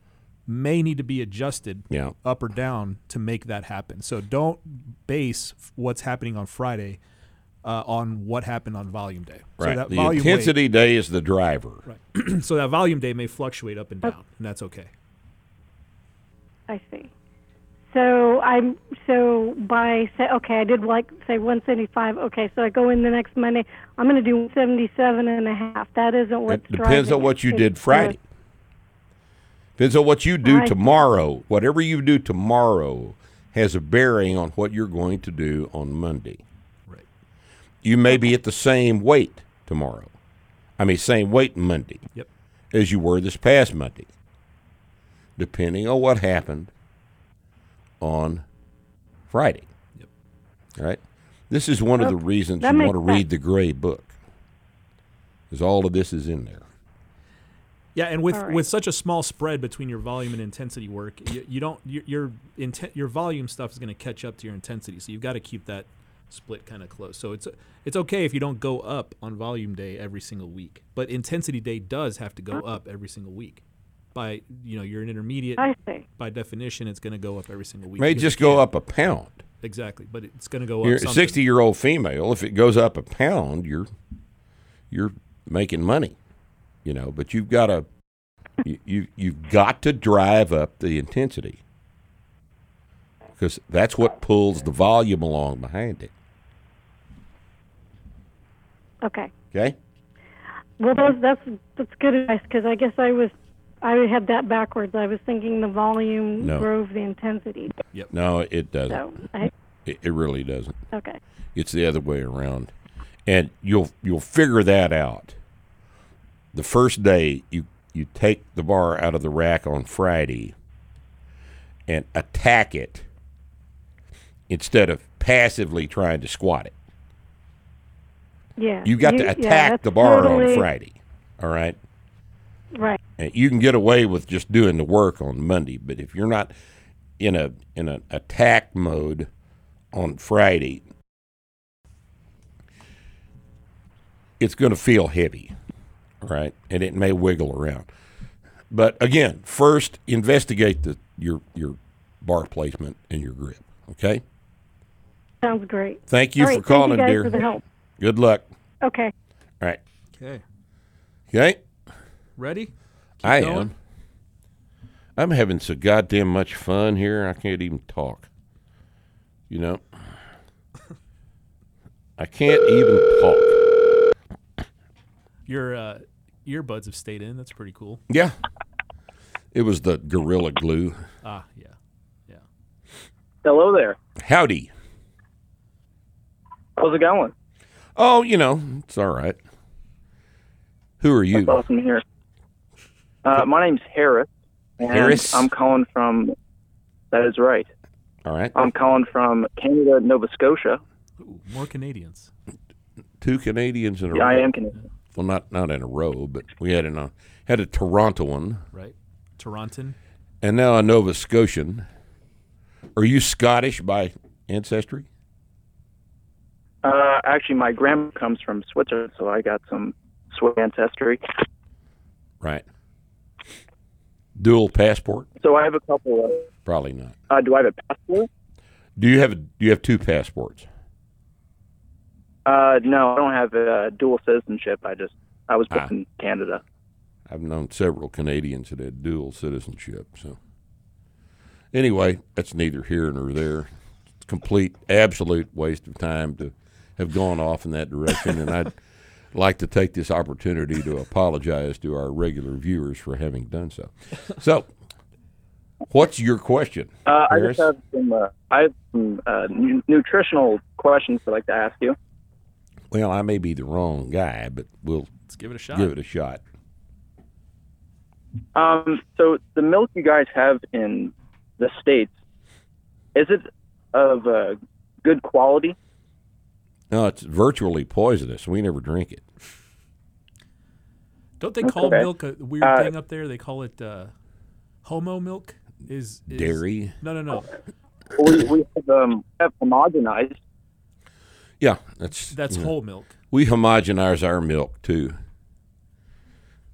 may need to be adjusted
Yeah.
up or down to make that happen. So don't base f- what's happening on Friday uh, on what happened on volume day.
Right.
So that
the
volume weight-
intensity day is the driver.
right. so that volume day may fluctuate up and down and that's okay.
I see. So I'm so by say okay, I did like say 175. Okay, so I go in the next Monday. I'm going to do 177 and a half. That isn't what's
It depends
driving
on what
it.
you
It's
did
the-
Friday. Depends on what you do
I-
tomorrow. Whatever you do tomorrow has a bearing on what you're going to do on Monday.
Right.
You may be at the same weight tomorrow. I mean, same weight Monday.
Yep.
As you were this past Monday, depending on what happened on Friday. Yep. Right. This is one of the
Okay.
reasons
That
you
makes
want to
sense.
read the gray book, because all of this is in there.
Yeah, and with,
All right.
with such a small spread between your volume and intensity work, you, you don't your your, inten- your volume stuff is going to catch up to your intensity. So you've got to keep that split kind of close. So it's it's okay if you don't go up on volume day every single week, but intensity day does have to go up every single week. By you know you're an intermediate.
I see.
By definition, it's going to go up every single week.
may
because
just
you
go
can't-
up a pound.
Exactly, but it's going to go up.
You're a
something.
60 year old female. If it goes up a pound, you're you're making money, you know. But you've got to you, you you've got to drive up the intensity because that's what pulls the volume along behind it.
Okay.
Okay.
Well, that's that's, that's good advice because I guess I was I had that backwards. I was thinking the volume
No.
drove the intensity.
No, it doesn't.
So I,
It, it really doesn't.
okay.
It's the other way around, and you'll you'll figure that out. The first day you you take the bar out of the rack on Friday and attack it instead of passively trying to squat it.
Yeah.
You got to
yeah,
attack
that's
the barn
totally-
on Friday. All right.
Right.
And you can get away with just doing the work on Monday, but if you're not in a in an attack mode on Friday, it's going to feel heavy, all right? And it may wiggle around. But again, first investigate the your your bar placement and your grip. Okay.
Sounds great.
Thank you
All
for
right,
calling,
thank you guys
dear.
For the help.
Good luck.
Okay.
All right.
Okay.
Okay.
Ready?
I
going.
am. I'm having so goddamn much fun here. I can't even talk. You know, I can't even talk.
Your uh, earbuds have stayed in. That's pretty cool.
Yeah. It was the gorilla glue.
Ah, yeah.
Hello there.
Howdy.
How's it going?
Oh, you know, it's all right. Who are you?
That's awesome to hear. Uh, my name's Harris. and
Harris?
I'm calling from. That is right.
All right.
I'm calling from Canada, Nova Scotia.
More Canadians.
Two Canadians in a
Yeah,
row.
I am Canadian.
Well, not not in a row, but we had an uh, had a Torontoan
Right. Toronton.
and now a Nova Scotian. Are you Scottish by ancestry?
Uh, actually, my grandma comes from Switzerland, so I got some Swiss ancestry.
Right. Dual passport?
So I have a couple of.
Probably not.
Uh, do I have a passport?
Do you have do you have two passports?
Uh, no, I don't have a dual citizenship. I just I was born in Canada.
I've known several Canadians that had dual citizenship. So anyway, that's neither here nor there. It's a complete, absolute waste of time to have gone off in that direction. and I'd like to take this opportunity to apologize to our regular viewers for having done so. So, what's your question,
Uh, I
Harris?
just have some. Uh, I have some uh, nu- nutritional questions I'd like to ask you.
Well, I may be the wrong guy, but we'll
Let's give it a shot.
Give it a shot.
Um, so the milk you guys have in the states, is it of uh, good quality?
No, it's virtually poisonous. We never drink it.
Don't they
That's
call
okay.
milk a weird
Uh,
thing up there? They call it uh, homo milk. Is, is
Dairy?
No, no, no.
We, we have, um, have homogenized.
Yeah, that's
That's
you
whole milk.
We homogenize our milk too. We-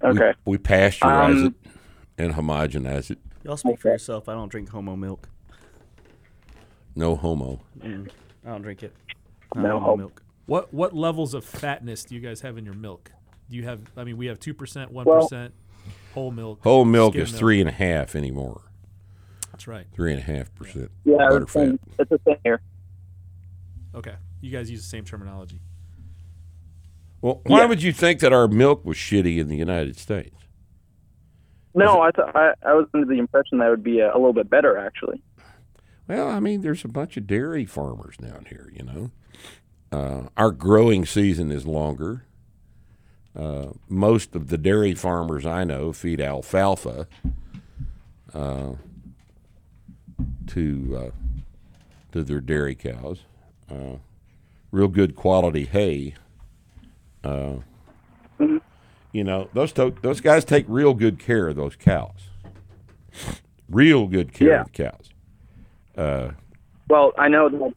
Okay.
We, pasteurize
Um,
it and homogenize it.
Y'all speak for yourself. I don't drink homo milk.
No homo.
Mm. I don't drink it.
No homo.
milk.
What what levels of fatness do you guys have in your milk? Do you have? I mean, we have two percent, one percent, whole milk.
Whole milk
skim
is three and a half anymore.
That's right.
Three and a half percent.
Yeah,
butter
it's, the same, it's the same here.
Okay, you guys use the same terminology.
Well, why
Yeah.
would you think that our milk was shitty in the United States?
No, I, th- I I was under the impression that it would be a, a little bit better actually.
Well, I mean, there's a bunch of dairy farmers down here, you know. Uh, our growing season is longer. Uh, most of the dairy farmers I know feed alfalfa uh, to uh, to their dairy cows. Uh, real good quality hay. Uh, you know, those to- those guys take real good care of those cows. Real good care of the cows. Uh,
Well, I know that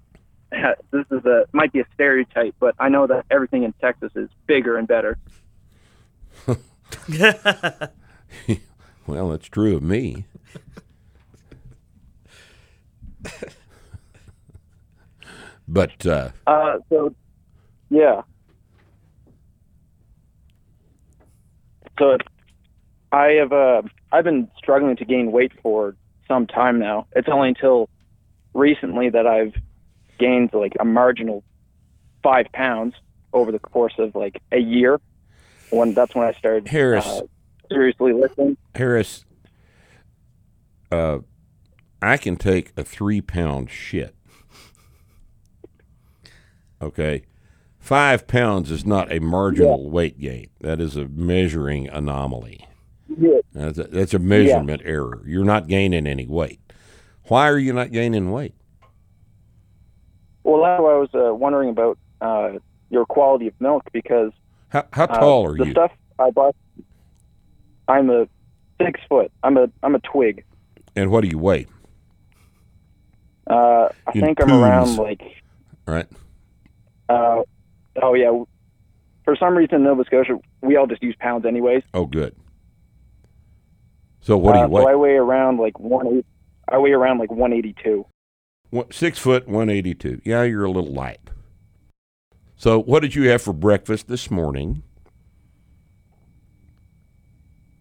this is a might be a stereotype, but I know that everything in Texas is bigger and better.
well, that's true of me. but uh,
Uh, so, yeah. So, I have uh, I've been struggling to gain weight for some time now. It's only until recently that I've gained like a marginal five pounds over the course of like a year. When that's when I started
Harris.
uh, seriously listening.
Harris, uh, I can take a three pound shit. Okay. Five pounds is not a marginal weight gain. That is a measuring anomaly.
Yeah.
That's a, that's a measurement error. You're not gaining any weight. Why are you not gaining weight?
Well, that's what I was uh, wondering about uh, your quality of milk because
How, how
uh,
tall are
the
you?
stuff I bought? I'm a six foot. I'm a I'm a twig.
And what do you weigh?
Uh, I
You
think I'm
poos.
around like
Right.
uh, oh yeah. For some reason in Nova Scotia, we all just use pounds anyways.
Oh, good. So what do
Uh,
you weigh?
So I weigh around like one eight. I weigh around like one eighty two.
One- Six foot, one eighty-two. Yeah, you're a little light. So, what did you have for breakfast this morning?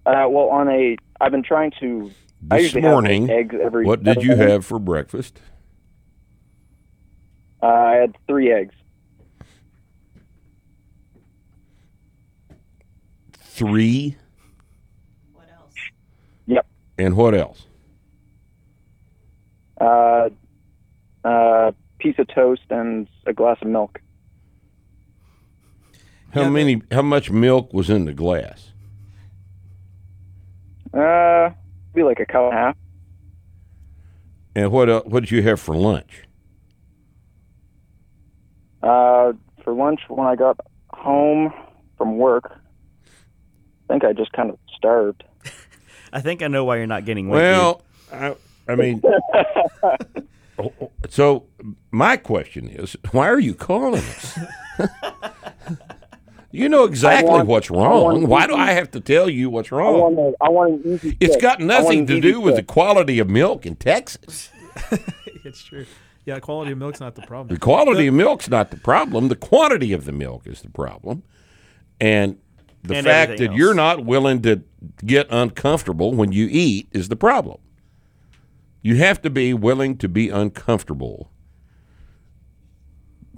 Uh, well, on a I've been trying to. I
This
usually have, like,
morning,
eggs every.
what did
every
you
morning.
have for breakfast?
Uh, I had three eggs.
Three. What
else? Yep.
And what else?
Uh, uh, piece of toast and a glass of milk.
How many? how much milk was in the glass?
Uh, be like a cup and a half.
And what? el what did you have for lunch?
Uh, for lunch when I got home from work, I think I just kind of starved.
I think I know why you're not getting weight.
Well, I, I mean, so my question is, why are you calling us? you know exactly
want-
what's
I want
wrong. Why do
easy-
I have to tell you what's
I
wrong?
want, a, I want an easy.
It's
fix.
got
I want
nothing
an
to
easy
do with the
fix.
quality of milk in Texas.
it's true. Yeah, quality of milk's not the problem.
The quality of milk's not the problem. The quantity of the milk is the problem. And the
And
fact that
everything
you're not willing to get uncomfortable when you eat is the problem. You have to be willing to be uncomfortable,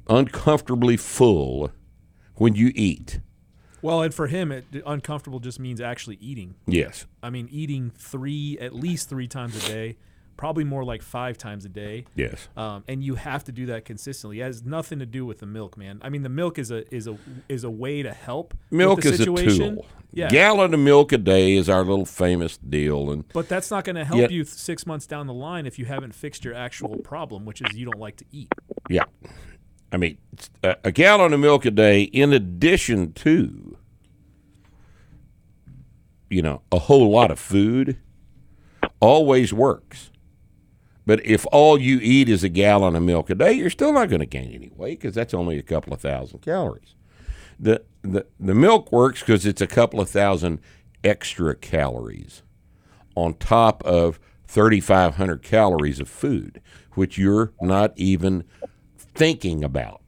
uncomfortably full when you eat.
Well, and for him, it uncomfortable just means actually eating.
Yes.
I mean, eating three, at least three times a day, probably more like five times a day.
Yes.
Um, and you have to do that consistently. It has nothing to do with the milk, man. I mean, the milk is a is a is a way to help. with
Milk
the
is a
situation.
tool.
Yeah.
Gallon of milk a day is our little famous deal, and
But that's not going to help
Yet-
you th- six months down the line if you haven't fixed your actual problem, which is you don't like to eat.
Yeah. I mean, it's a, a gallon of milk a day, in addition to, you know, a whole lot of food, always works. But if all you eat is a gallon of milk a day, you're still not going to gain any weight because that's only a couple of thousand calories. The, the, the milk works because it's a couple of thousand extra calories on top of 3,500 calories of food, which you're not even thinking about.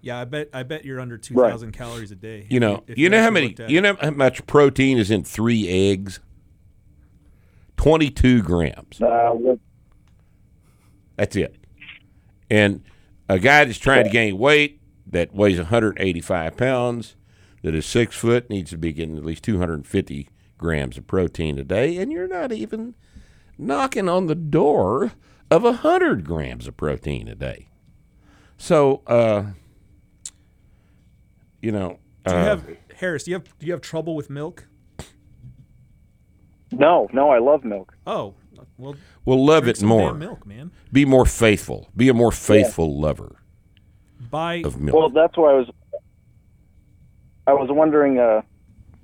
Yeah, I bet I bet you're under two
Right.
thousand calories a day.
You know,
If
you know how
actually
many,
looked at
you
it.
know how much protein is in three eggs. Twenty-two grams.
Uh,
um,
well,
That's it. And a guy that's trying to gain weight that weighs 185 pounds, that is six foot, needs to be getting at least 250 grams of protein a day, and you're not even knocking on the door of 100 grams of protein a day. So, uh, you know,
Do you
uh,
have Harris? Do you have do you have trouble with milk?
No, no, I love milk.
Oh, well,
we'll love
drink
it
some damn
more.
milk, man.
Be more faithful. Be a more faithful lover.
By
Of milk.
Well, that's why I was. I was wondering uh,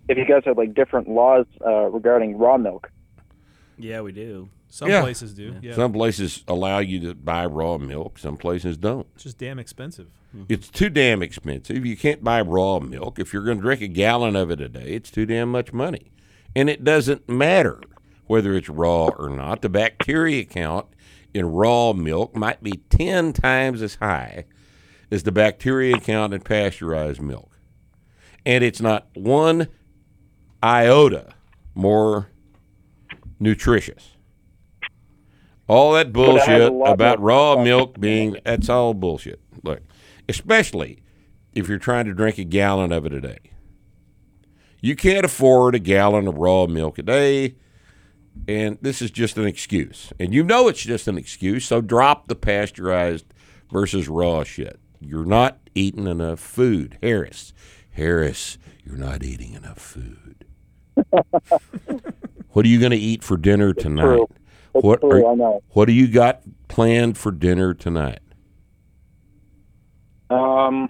if you guys had like different laws uh, regarding raw milk.
yeah, we do.
Some
Yeah.
places do. Yeah.
Some places allow you to buy raw milk. Some places don't.
It's just damn expensive.
It's too damn expensive. You can't buy raw milk. If you're going to drink a gallon of it a day, it's too damn much money. And it doesn't matter whether it's raw or not. The bacteria count in raw milk might be 10 times as high as the bacteria count in pasteurized milk. And it's not one iota more nutritious. All that
But I have a
bullshit
lot
about
more-
raw milk being that's all bullshit. Look, especially if you're trying to drink a gallon of it a day. You can't afford a gallon of raw milk a day, and this is just an excuse. And you know it's just an excuse, so drop the pasteurized versus raw shit. You're not eating enough food, Harris. Harris, you're not eating enough food. what are you going to eat for dinner tonight?
true. It's
What
true,
are-
I know.
What do you got planned for dinner tonight?
Um,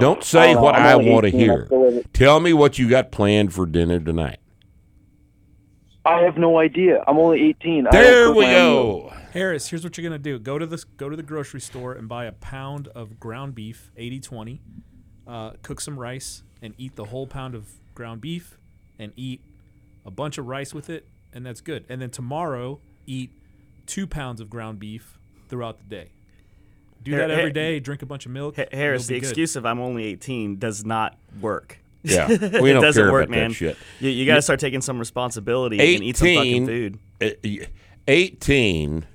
Don't say
Oh,
what
I'm
I
only
want to
18,
hear.
I'm still-
Tell me what you got planned for dinner tonight.
I have no idea. I'm only 18. I don't
There
cook
we
my own meals.
go.
Harris, here's what you're gonna do: go to this, go to the grocery store and buy a pound of ground beef, 80-20. Uh, cook some rice and eat the whole pound of ground beef, and eat a bunch of rice with it, and that's good. And then tomorrow, eat two pounds of ground beef throughout the day. Do
Har-
that
Har-
every day. Drink a bunch of milk.
Ha- Harris, the
you'll be good.
excuse of I'm only 18 does not work.
Yeah, we
it
don't care
doesn't
about
work,
that
man.
shit.
You, you got to start taking some responsibility and eat some fucking food.
18, uh, y- 18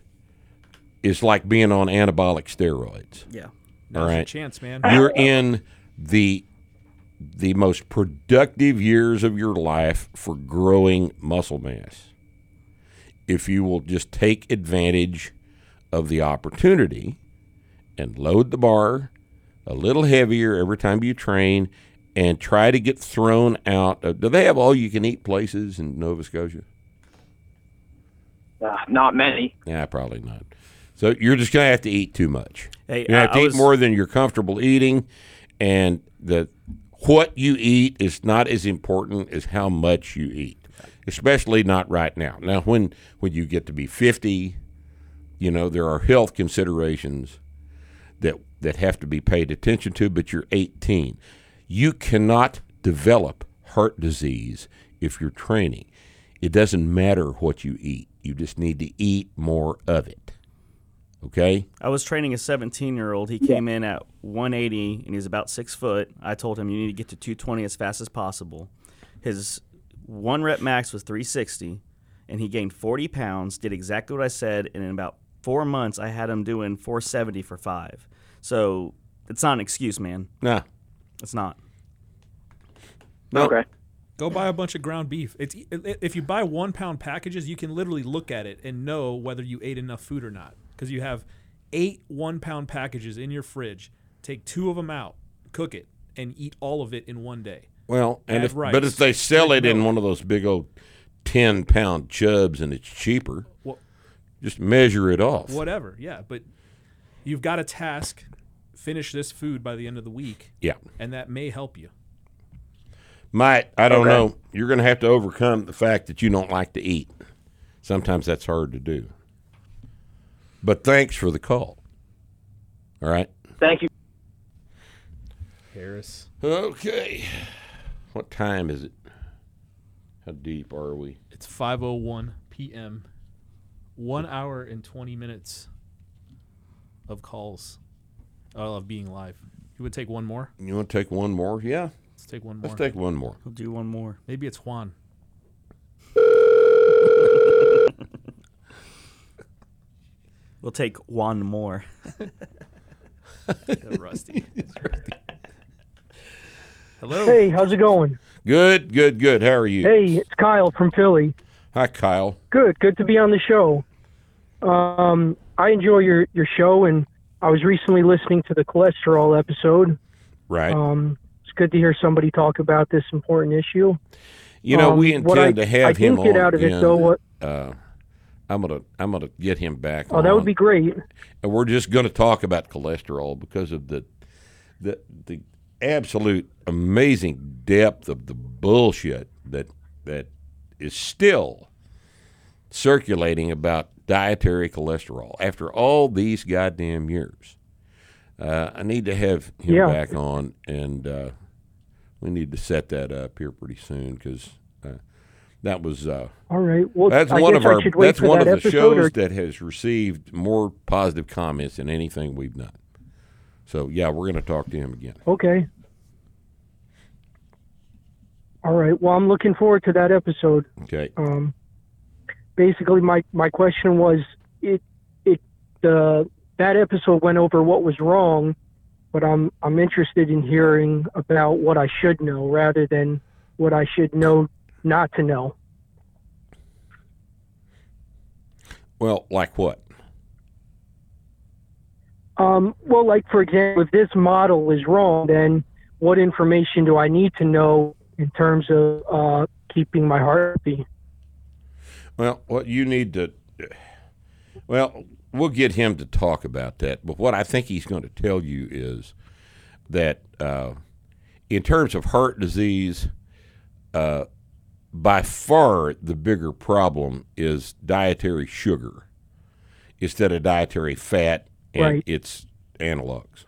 is like being on anabolic steroids.
Yeah.
All
Now's your
right.
chance, man.
You're in the the most productive years of your life for growing muscle mass. If you will just take advantage of the opportunity and load the bar a little heavier every time you train and try to get thrown out. Of, do they have all you can eat places in Nova Scotia?
Uh, not many.
Yeah, probably not. So you're just going to have to eat too much.
Hey,
you're gonna
I-
have to
I
eat
was-
more than you're comfortable eating, and the what you eat is not as important as how much you eat, especially not right now. Now, when when you get to be 50, you know there are health considerations that that have to be paid attention to. But you're 18, you cannot develop heart disease if you're training. It doesn't matter what you eat. You just need to eat more of it. Okay?
I was training a 17 year old. He came in at 180 and he's about six foot. I told him you need to get to 220 as fast as possible. His one rep max was 360, and he gained 40 pounds. Did exactly what I said, and in about four months, I had him doing 470 for five. So it's not an excuse, man.
Nah.
It's not.
Okay.
Go buy a bunch of ground beef. It's i- i- if you buy one pound packages, you can literally look at it and know whether you ate enough food or not because you have eight one pound packages in your fridge. Take two of them out, cook it, and eat all of it in one day.
Well, and
Add
if,
rice.
but if they sell it in one of those big old ten pound chubs and it's cheaper,
Well-
just measure it off.
whatever, yeah. But you've got a task: finish this food by the end of the week.
Yeah.
and that may help you.
Might I don't
Okay.
know. You're going to have to overcome the fact that you don't like to eat. Sometimes that's hard to do. But thanks for the call. All right.
Thank you.
Harris.
Okay. What time is it? How deep are we?
It's 5:01 p.m. 1 hour and 20 minutes of calls oh, of being live. You would take one more?
You want to take one more? Yeah.
Let's take one more.
Let's take one more.
We'll do one more.
Maybe it's Juan.
We'll take one more.
Rusty. Hello.
Hey, how's it going?
Good, good, good. How are you?
Hey, it's Kyle from Philly.
Hi, Kyle.
Good, good to be on the show. Um, I enjoy your your show, and I was recently listening to the cholesterol episode.
Right.
Um, it's good to hear somebody talk about this important issue.
You know,
Um,
we
what
intend
I-
to have
I
him
didn't get
on
out of
again.
it though. What?
Uh, I'm gonna I'm gonna get him back.
Oh, that
on.
would be great.
And we're just gonna talk about cholesterol because of the the the absolute amazing depth of the bullshit that that is still circulating about dietary cholesterol after all these goddamn years. Uh, I need to have him
Yeah.
back on, and uh, we need to set that up here pretty soon because uh, that was uh,
All right. Well,
that's
I
one of
guess I
our
should wait
that's
for
one
that
of the
episode,
shows
or-
that has received more positive comments than anything we've done. So yeah, we're going to talk to him again.
Okay. All right. Well, I'm looking forward to that episode.
Okay.
Um, basically, my, my question was it it the that episode went over what was wrong, but I'm I'm interested in hearing about what I should know rather than what I should know not to know.
Well, like what?
Um, well, like for example, if this model is wrong, then what information do I need to know in terms of uh, keeping my heart healthy?
Well, what you need to well, we'll get him to talk about that. But what I think he's going to tell you is that uh, in terms of heart disease, uh, by far the bigger problem is dietary sugar instead of dietary fat and
Right.
its analogs.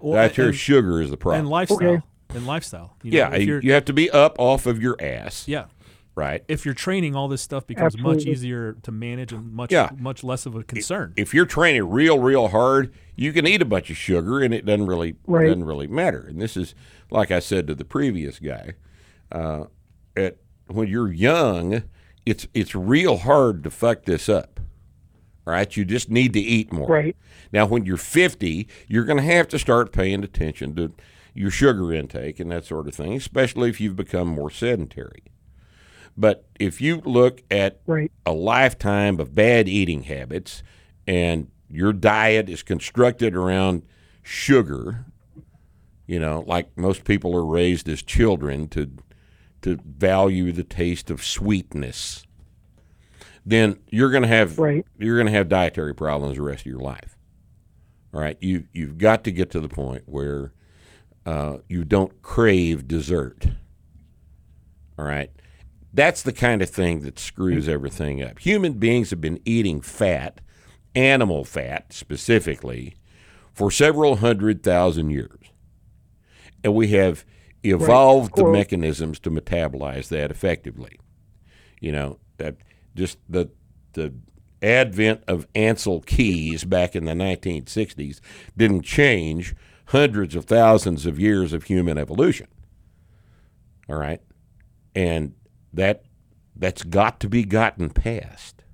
Well,
dietary
and-
sugar is the problem.
And lifestyle. And lifestyle. You know,
yeah,
if
you
you're-
you have to be up off of your ass.
Yeah.
Right.
if you're training, all this stuff becomes much
Absolutely.
easier to manage and much
Yeah.
much less of a concern.
If you're training real, real hard, you can eat a bunch of sugar, and it doesn't really
Right.
doesn't really matter. And this is like I said to the previous guy, uh, at when you're young, it's it's real hard to fuck this up. All right, you just need to eat more.
Right.
Now, when you're 50, you're going to have to start paying attention to your sugar intake and that sort of thing, especially if you've become more sedentary. But if you look at
Right.
a lifetime of bad eating habits and your diet is constructed around sugar, you know, like most people are raised as children to to value the taste of sweetness, then you're going to have you're going to have dietary problems the rest of your life. All right, you you've got to get to the point where uh, you don't crave dessert. All right. That's the kind of thing that screws everything up. Human beings have been eating fat, animal fat specifically, for several hundred thousand years. And we have evolved the
Well-
mechanisms to metabolize that effectively. You know, that just the the advent of Ansel Keys back in the 1960s didn't change hundreds of thousands of years of human evolution. All right. And that that's got to be gotten past.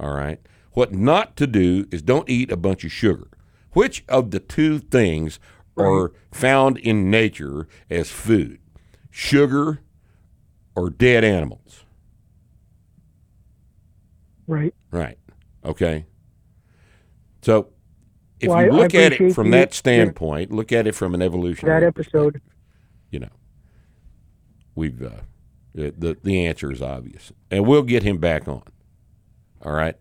All right. What not to do is don't eat a bunch of sugar. Which of the two things are found in nature as food? Sugar or dead animals?
Right.
Right. Okay. So if
Well, I-
you look
I
at it
appreciate
from
you-
that standpoint, look at it from an evolutionary
That episode.
you know, we've uh, the the- the answer is obvious, and we'll get him back on. All right.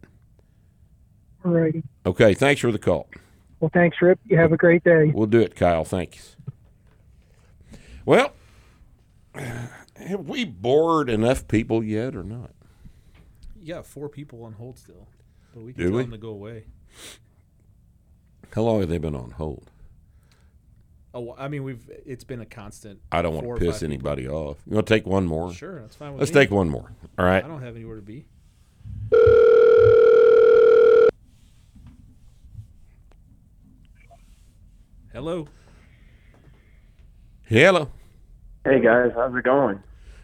All righty.
Okay. Thanks for the call.
Well, thanks, Rip. You have a great day.
We'll do it, Kyle. Thanks. Well, have we bored enough people yet, or not?
Yeah, four people on hold still, but we
can Do tell we? them
to go away.
How long have they been on hold?
Oh, I mean, we've it's been a constant.
I don't want
four
to
or
piss
five people.
anybody off. You want to take one more?
Sure, that's fine. With
Let's
me.
take one more. All right.
I don't have anywhere to be. Hello.
Hello.
Hey guys, how's it going?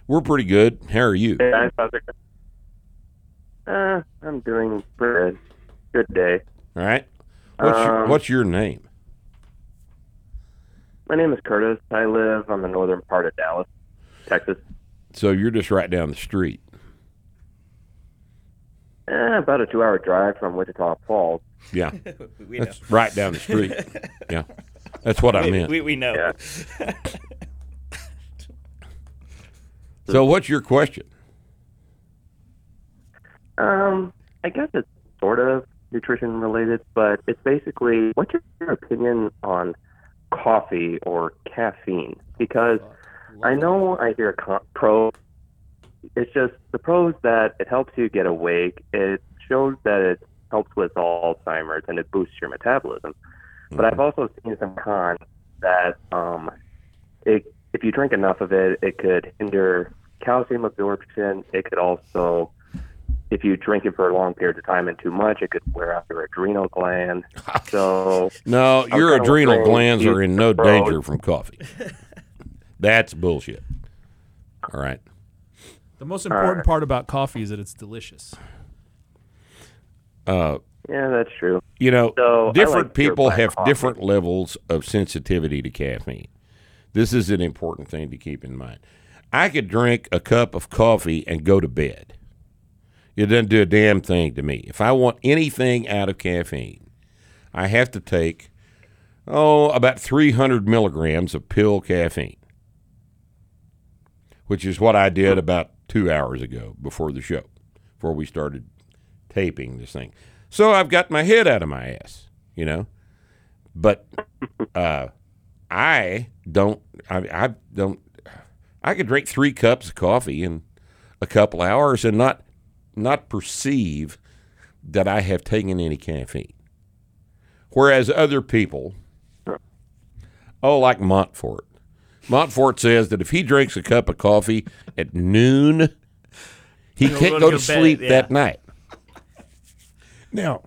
We're pretty good. How are you?
Hey guys, how's it going? Uh, I'm doing pretty good. Good day.
All right. What's your,
Um,
what's your name?
My name is Curtis. I live on the northern part of Dallas, Texas.
So you're just right down the street.
Eh, about a two-hour drive from Wichita Falls.
Yeah.
We
That's
know.
right down the street. yeah. That's what I
We-
meant.
we- we know.
so what's your question?
Um, I guess it's sort of nutrition related, but it's basically what's your, your opinion on coffee or caffeine? Because I know I hear co- pros. It's just the pros that it helps you get awake. It shows that it helps with Alzheimer's and it boosts your metabolism. But I've
Mm-hmm.
also seen some cons that um, it, if you drink enough of it, it could hinder calcium absorption. It could also if you drink it for long periods of time and too much, it could wear out your adrenal gland. So
No,
I'm
your
kinda
adrenal
wondering,
glands
do you
are in no
prefer-
danger from coffee. That's bullshit. All right.
The most
All
important
right.
part about coffee is that it's delicious.
Uh,
Yeah, that's true.
You know,
So, I like
different
pure
people
black
have
coffee.
different levels of sensitivity to caffeine. This is an important thing to keep in mind. I could drink a cup of coffee and go to bed. It doesn't do a damn thing to me. If I want anything out of caffeine, I have to take, oh, about 300 milligrams of pill caffeine, which is what I did about two hours ago before the show, before we started taping this thing. So I've got my head out of my ass, you know. But uh, I don't. I, I don't. I could drink three cups of coffee in a couple hours and not not perceive that I have taken any caffeine. Whereas other people, oh, like Montfort. Montfort says that if he drinks a cup of coffee at noon, he
He'll
can't
go
go
to
to
bed,
sleep
yeah.
that night. Now,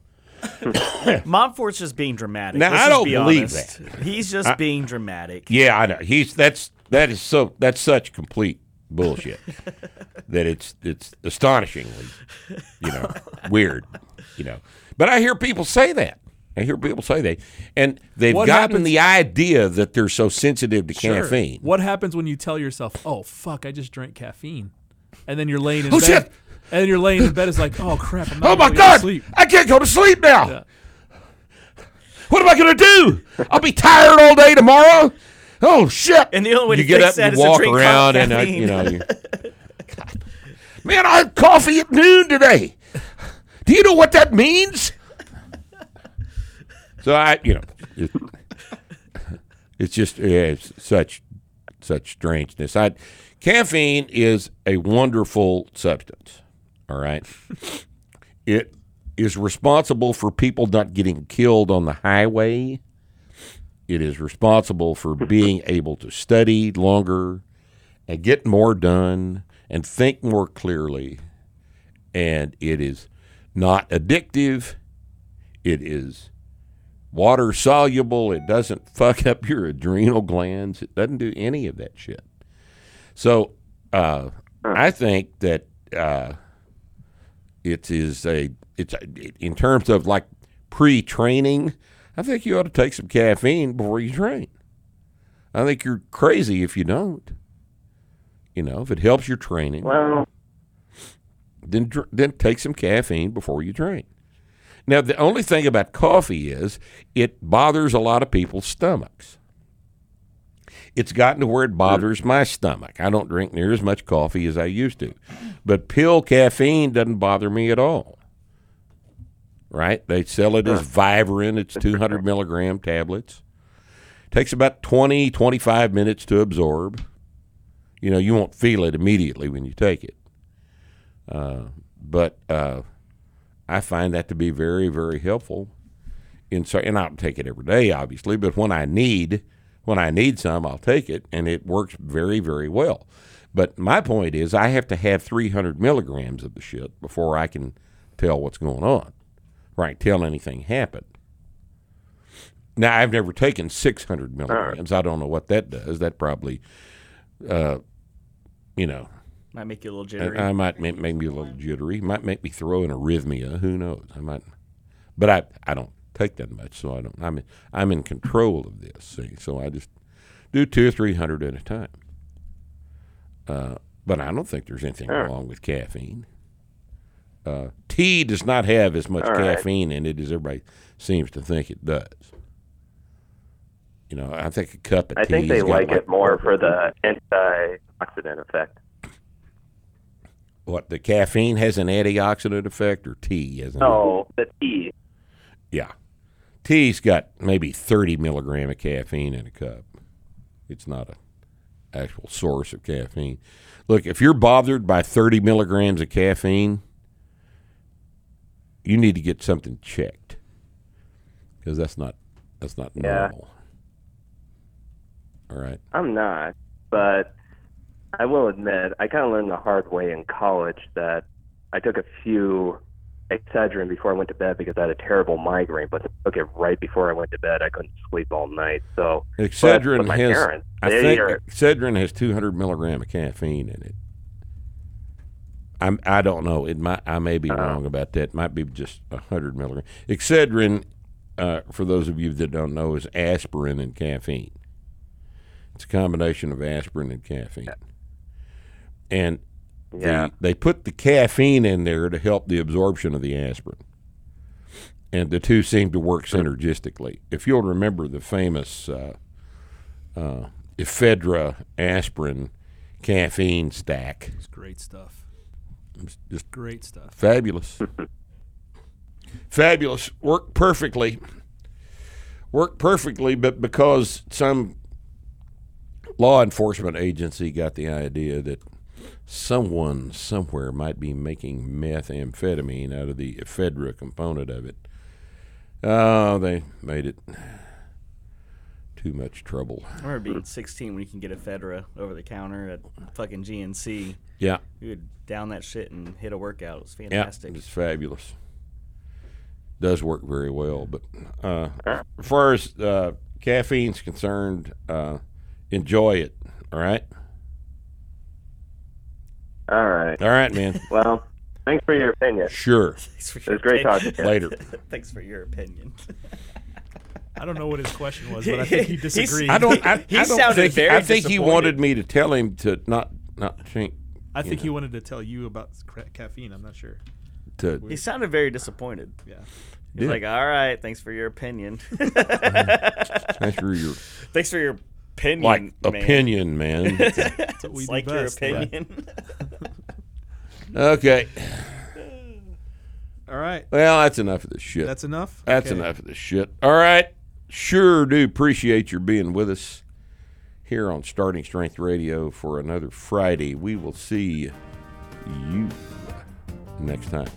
Montfort's just being dramatic.
Now,
Let's
I
just
don't
be
believe
honest.
that.
He's just
I-
being dramatic.
Yeah, I know. He's that's that is so that's such complete bullshit that it's it's astonishingly, you know, weird, you know. But I hear people say that. I hear people say that, and they've
What
gotten
happens-
the idea that they're so sensitive to
Sure.
caffeine.
What happens when you tell yourself, "Oh fuck, I just drank caffeine," and then you're laying in
Oh,
bed,
shit!
and then you're laying in bed, it's like, "Oh crap, I'm not
Oh my
gonna be able to
god,
sleep."
I can't go to sleep now. What am I going to do? I'll be tired all day tomorrow. Oh shit!
And the only way
you
to
get
fix
up
that
and
is to
walk
drink co-
around and uh,
caffeine.
you know. you- Man, I had coffee at noon today. Do you know what that means? So I, you know, it, it's just yeah, it's such such strangeness. I, caffeine is a wonderful substance. All right, it is responsible for people not getting killed on the highway. It is responsible for being able to study longer and get more done and think more clearly. And it is not addictive. It is water soluble. It doesn't fuck up your adrenal glands. It doesn't do any of that shit. So uh, I think that uh, it is a it's a, in terms of like pre-training. I think you ought to take some caffeine before you train. I think you're crazy if you don't. You know, if it helps your training,
Well-
then dr- then take some caffeine before you train. Now, the only thing about coffee is it bothers a lot of people's stomachs. It's gotten to where it bothers my stomach. I don't drink near as much coffee as I used to. But pill caffeine doesn't bother me at all. Right? They sell it as Vivarin, it's 200 milligram tablets. Takes about 20, 25 minutes to absorb. You know, you won't feel it immediately when you take it. Uh, but uh, I find that to be very, very helpful. In so, and I don't take it every day, obviously, but when I need when I need some, I'll take it, and it works very, very well. But my point is, I have to have 300 milligrams of the shit before I can tell what's going on, right? Tell anything happened. Now, I've never taken 600 milligrams. I don't know what that does. That probably, uh, you know,
Might make you a little jittery.
I, I might make, make me a little jittery. Might make me throw an arrhythmia. Who knows? I might, but I I don't take that much, so I don't. I'm in, I'm in control of this. See, so I just do two or three hundred at a time. Uh, but I don't think there's anything
Sure.
wrong with caffeine. Uh, tea does not have as much
All right.
caffeine in it as everybody seems to think it does. You know, I think a cup of
I
tea.
think they
has got
like it more for the antioxidant effect.
What the caffeine has an antioxidant effect, or tea has an
No, the tea.
Yeah. Tea's got maybe 30 milligram of caffeine in a cup. It's not a actual source of caffeine. Look, if you're bothered by 30 milligrams of caffeine, you need to get something checked because that's not that's not
Yeah.
normal. All right.
I'm not, but I will admit I kind of learned the hard way in college that I took a few Excedrin before I went to bed because I had a terrible migraine, but took it right before I went to bed. I couldn't sleep all night. So but-
Excedrin
but my
has
parents,
I
they
think
are-
Excedrin has 200 milligram of caffeine in it. I'm I don't know. It might I may be wrong about that. It might be just 100 milligram. Excedrin, uh, for those of you that don't know, is aspirin and caffeine. It's a combination of aspirin and caffeine. And the-
Yeah.
they put the caffeine in there to help the absorption of the aspirin. And the two seem to work synergistically. If you'll remember the famous uh, uh, ephedra aspirin caffeine stack,
It's great stuff.
it's just
Great stuff.
fabulous. Fabulous. Worked perfectly. Worked perfectly, but because some law enforcement agency got the idea that someone somewhere might be making methamphetamine out of the ephedra component of it. Oh, they made it too much trouble.
I remember
Hmm.
being 16 when you can get a Fedra over the counter at fucking GNC.
Yeah.
You would down that shit and hit a workout. It was
Yeah,
fantastic.
it's fabulous. Does work very well, but uh, as far as uh, caffeine's concerned, uh, enjoy it. All right.
All right.
All right, man.
Well, thanks for your opinion.
Sure.
Thanks for It was your great opinion. talking to you.
Later.
Thanks for your opinion.
I don't know what his question was, but I think he
He's-
disagreed.
I don't. I, I don't think.
very
I think he
disappointed.
wanted me to tell him to not not drink.
I
you
think he
know,
wanted to tell you about cra- caffeine. I'm not sure.
to
He sounded very disappointed.
Yeah.
He's
Yeah.
like, all right, thanks for your opinion.
thanks for your
Thanks for your opinion.
like
man.
opinion, man.
It's
what we do
like
best.
your opinion.
okay.
All right.
Well, that's enough of this shit.
That's enough?
That's
Okay.
enough of this shit. All right. Sure do appreciate your being with us here on Starting Strength Radio for another Friday. We will see you next time.